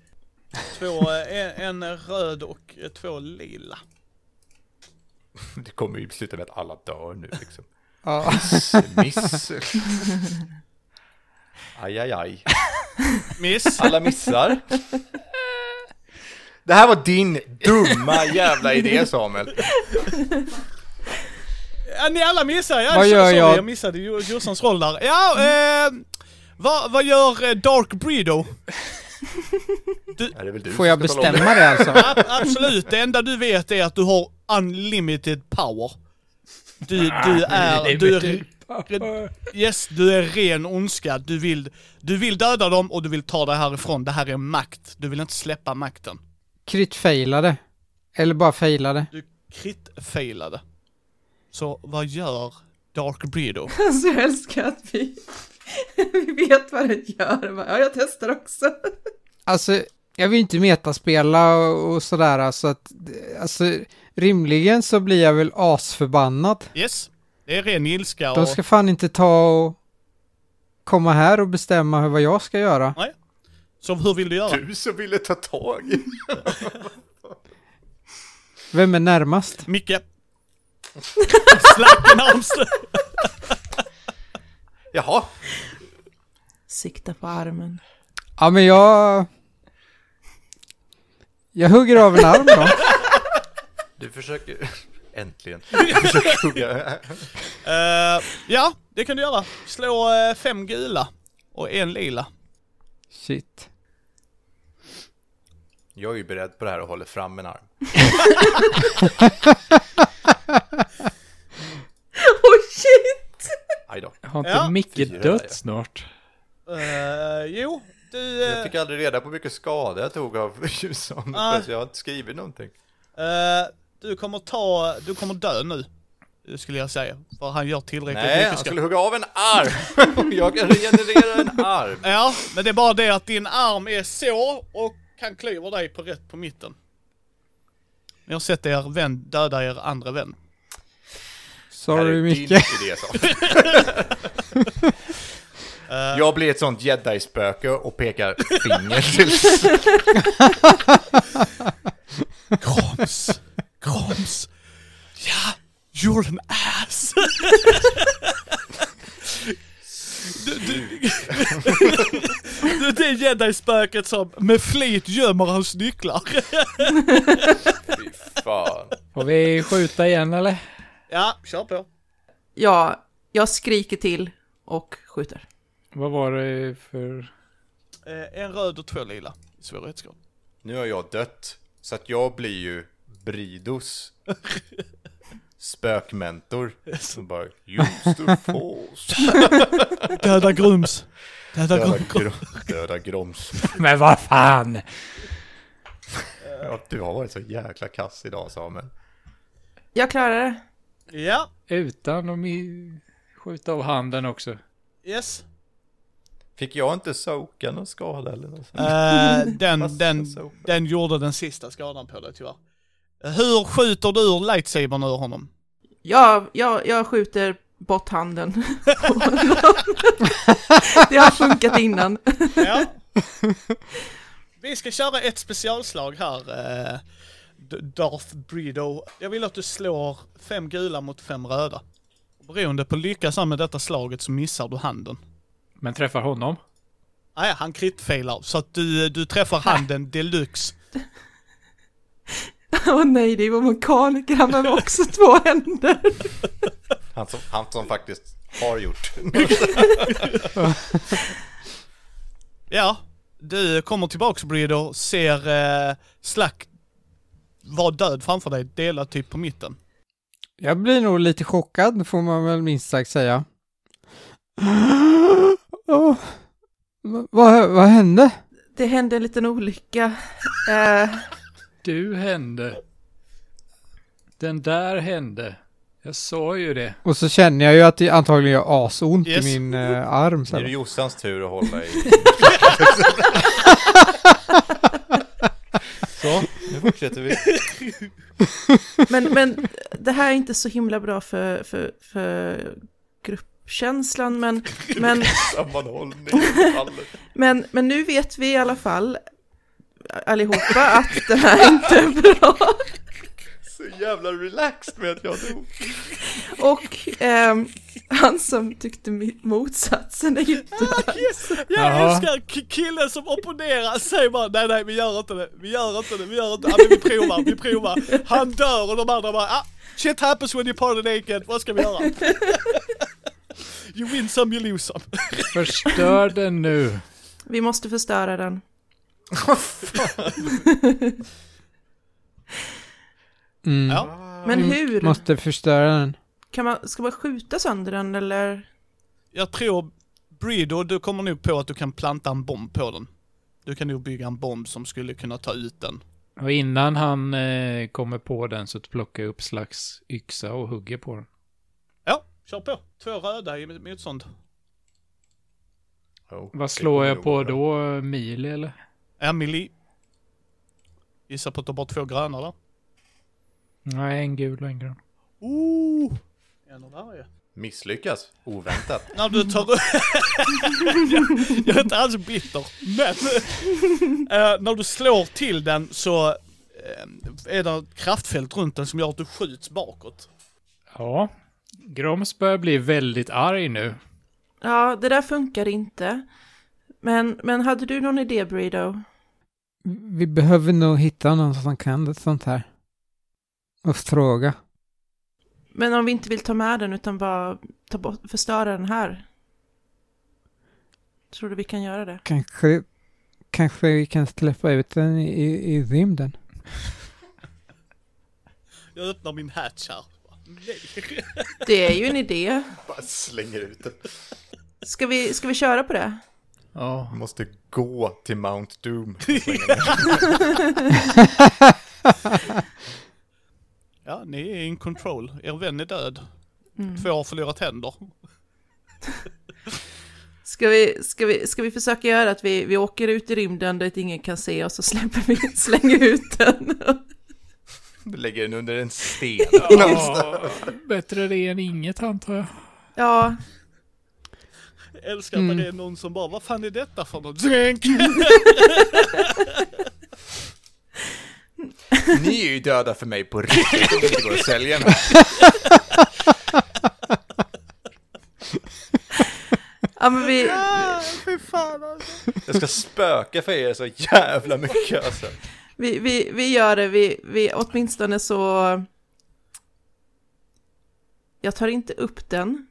S2: Två, eh, en, en röd och eh, två lila.
S5: Det kommer ju sluta med att alla dör nu liksom.
S3: Ja.
S5: Miss. Aj, aj, aj.
S2: Miss.
S5: Alla missar. Det här var din dumma jävla idé Samuel.
S2: Ja, ni alla missar. Ja,
S3: Vad
S2: så-
S3: gör
S2: sorry,
S3: jag?
S2: Jag missade Jo- Jossans roll där. Ja, eh, vad, vad gör eh, Dark Breedo?
S5: Ja, det är väl du
S3: Får jag
S5: som ska tala om det.
S3: bestämma det alltså?
S2: Ab- absolut, det enda du vet är att du har unlimited power. Du, du är... Du är yes, du är ren ondska. Du vill, du vill döda dem och du vill ta dig härifrån. Det här är makt. Du vill inte släppa makten.
S3: Kritfailade. Eller bara failade.
S2: Du crit-failade. Så vad gör Dark Breedo?
S4: Alltså jag älskar att vi, vi vet vad den gör. Ja, jag testar också.
S3: Alltså, jag vill inte metaspela och, och sådär, alltså att... Alltså, rimligen så blir jag väl asförbannad.
S2: Yes, det är ren ilska
S3: De
S2: och...
S3: ska fan inte ta och komma här och bestämma vad jag ska göra.
S2: Så hur vill du göra?
S5: Du som ville ta tag i.
S3: Vem är närmast?
S2: Micke. Slack närmst.
S5: Jaha,
S4: Sikta på armen.
S3: Ja, men jag... Jag hugger av en arm då.
S5: du försöker... Äntligen. Du försöker hugga.
S2: Eh, ja, det kan du göra. Slå eh, fem gula och en lila.
S3: Shit.
S5: Jag är ju beredd på det här och håller fram en arm.
S4: Oh shit!
S5: Aj då.
S6: Har inte
S2: Ja.
S6: Micke
S5: Fyra,
S6: dött
S5: ja.
S6: snart?
S2: Eh, jo, du... eh,
S5: Jag fick aldrig reda på hur mycket skada jag tog av ljussamen.
S2: Ah.
S5: för Jag har inte skrivit någonting.
S2: eh, du kommer ta... Du kommer dö nu. Skulle jag säga. För han gör tillräckligt
S5: Nej, han
S2: mycket skada.
S5: skulle hugga av en arm. Och jag kan regenerera en arm.
S2: Ja, men det är bara det att din arm är så och han klyver dig på rätt på mitten. Ni har sett er vän döda er andra vän.
S3: Sorry
S5: är
S3: Micke.
S5: Din idé, sa han.
S2: Eh,
S5: jag blir ett sånt jedi-spöke och pekar finger till...
S2: Grams! Grams! Ja! You're an ass! Du, du, du, det är jedi-spöket som med flit gömmer hans nycklar.
S5: Fy fan.
S6: Får vi skjuta igen eller?
S2: Ja, kör på.
S4: Ja, jag skriker till och skjuter.
S6: Vad var det för...
S2: Eh, En röd och två lila. Svårighetsgrad.
S5: Nu har jag dött, så att jag blir ju Bridos spökmentor. Som bara, use the force.
S2: Döda Grums. Döda
S5: Döda,
S2: Grums.
S5: grom, döda Groms.
S6: Men vad fan!
S5: Ja, du har varit så jäkla kass idag Samuel.
S4: Jag klarar det.
S2: Ja,
S6: Utan att mi- skjuta av handen också.
S2: yes.
S5: Fick jag inte soka någon skada eller något sånt?
S2: Eh, den, den,
S5: Massa soka.
S2: den gjorde den sista skadan på dig tyvärr. Hur skjuter du ur lightsabern ur honom?
S4: Jag, jag, jag skjuter bort handen. på honom. det har funkat innan.
S2: Ja. Vi ska köra ett specialslag här, eh, D- Darth Brido. Jag vill att du slår fem gula mot fem röda. Beroende på lycka så med detta slaget så missar du handen.
S6: Men träffar honom.
S2: Nej, han kritfailar, så att du, du träffar handen deluxe.
S4: Åh nej, det är vår mekaniker, han behöver också två händer.
S5: Han som, han som faktiskt har gjort.
S2: Ja, du kommer tillbaks Brido, ser eh, Slack vara död framför dig, delad typ på mitten.
S3: Jag blir nog lite chockad får man väl minst sagt säga. Åh. Va- Vad, vad hände?
S4: Det hände en liten olycka. Eh,
S6: Du hände. Den där hände. Jag sa ju det.
S3: Och så känner jag ju att det antagligen gör asont
S2: Yes.
S3: i min eh, arm. Så
S5: Nu är det
S3: här.
S5: Jossans tur att hålla i. så, nu fortsätter vi.
S4: men, men det här är inte så himla bra för, för, för gruppkänslan, men, men,
S5: Sammanhållning. Alla-
S4: men, men nu vet vi i alla fall allihopa att det här inte är bra.
S5: Så jävla relaxed med att jag dog.
S4: Och ehm, han som tyckte mi- motsatsen är ju död.
S2: Jag
S6: Jaha.
S2: älskar k- killen som opponerar säger bara nej nej vi gör inte det, vi gör inte det, vi gör inte det, ja, men vi provar, vi provar. Han dör och de andra bara ah, shit happens when you party naked, vad ska vi göra? You win some, you lose some.
S6: Förstör den nu.
S4: Vi måste förstöra den.
S3: Mm.
S2: Ja.
S4: Men
S3: Mm.
S4: hur?
S3: Måste förstöra den.
S4: Kan man, ska man skjuta sönder den eller?
S2: Jag tror, Brido, du kommer nog på att du kan planta en bomb på den. Du kan nog bygga en bomb som skulle kunna ta ut den.
S6: Och innan han eh, kommer på den så plockar jag upp slags yxa och hugger på den.
S2: Ja, kör på. Två röda i motstånd.
S5: Oh, det
S6: Vad slår jag på
S5: kommer gå bra.
S6: då? Mil eller?
S2: Emily. Gissa på att du har bara två gröna där.
S6: Nej, en gul och en grön.
S2: Ooh. En av varje.
S5: Misslyckas. Oh, Oväntat.
S2: När du tar upp... jag, jag är inte alls bitter, men... eh, när du slår till den så eh, är det ett kraftfält runt den som gör att du skjuts bakåt.
S6: Ja. Groms börjar bli väldigt arg nu.
S4: Ja, det där funkar inte. Men, men hade du någon idé, Brido?
S3: Vi behöver nog hitta någon som kan det sånt här. Och fråga.
S4: Men om vi inte vill ta med den utan bara ta bort, förstöra den här? Tror du vi kan göra det?
S3: Kanske, kanske vi kan släppa ut den i, i, i rymden.
S2: Jag öppnar min hatch här. Nej.
S4: Det är ju en idé.
S5: Bara slänger ut den.
S4: Ska vi, ska vi köra på det?
S6: Ja.
S5: Måste gå till Mount Doom.
S2: Ja, ni är in control. Er vän är död.
S4: Mm.
S2: Två har förlorat händer.
S4: Ska vi, ska vi, ska vi försöka göra att vi, vi åker ut i rymden dit ingen kan se oss och släpper vi, slänger ut den?
S5: Lägger den under en sten.
S6: Ja, bättre det än inget antar jag.
S4: Ja,
S2: Älskar att
S3: Mm.
S2: det är någon som bara, vad fan är detta för något? Drink!
S5: Ni är ju döda för mig på riktigt om det inte går att sälja mig.
S4: ja men vi...
S2: Ah, fy fan alltså.
S5: Jag ska spöka för er så jävla mycket alltså.
S4: Vi, vi, vi gör det, vi, vi, åtminstone så... Jag tar inte upp den.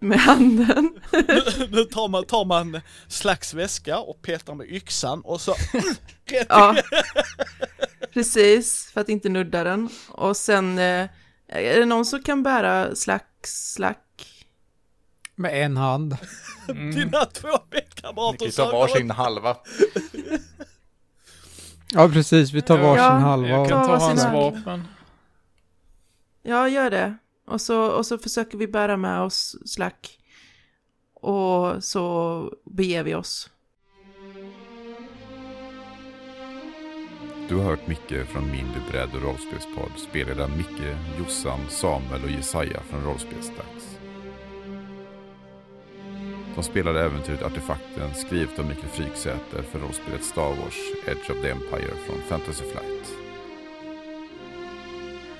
S4: Med handen.
S2: Nu, nu tar man, tar man slags väska och petar med yxan och så rätt
S4: Ja. Precis, för att inte nudda den. Och sen, eh, är det någon som kan bära slack, slack?
S3: Med en hand.
S2: dina två
S5: Ni
S2: bänkkamrater
S5: kan ju ta varsin halva.
S3: Ja, precis. Vi tar varsin
S4: Ja,
S3: halva.
S6: Jag
S3: Och...
S6: kan ta
S4: Ta
S6: hans
S4: sina-
S6: vapen.
S4: Ja, gör det. Och så, och så försöker vi bära med oss slack. Och så beger vi oss.
S1: Du har hört mycket från min Du Bredd och rollspelspodd spelledaren Micke, Jossan, Samuel och Jesaja från Rollspelsdags. De spelade äventyret Artefakten skrivet av Mikael Fryksäter för rollspelet Star Wars Edge of the Empire från Fantasy Flight.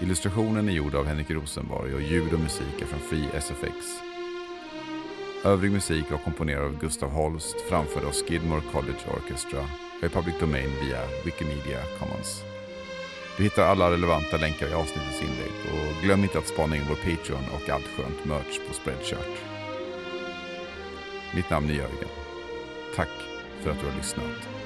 S1: Illustrationen är gjord av Henrik Rosenborg och ljud och musik är från Free SFX. Övrig musik var komponerad av Gustav Holst, framförd av Skidmore College Orchestra och i public domain via Wikimedia Commons. Du hittar alla relevanta länkar i avsnittets inlägg och glöm inte att spana in vår Patreon och allt skönt merch på Spreadshirt. Mitt namn är Jörgen. Tack för att du har lyssnat.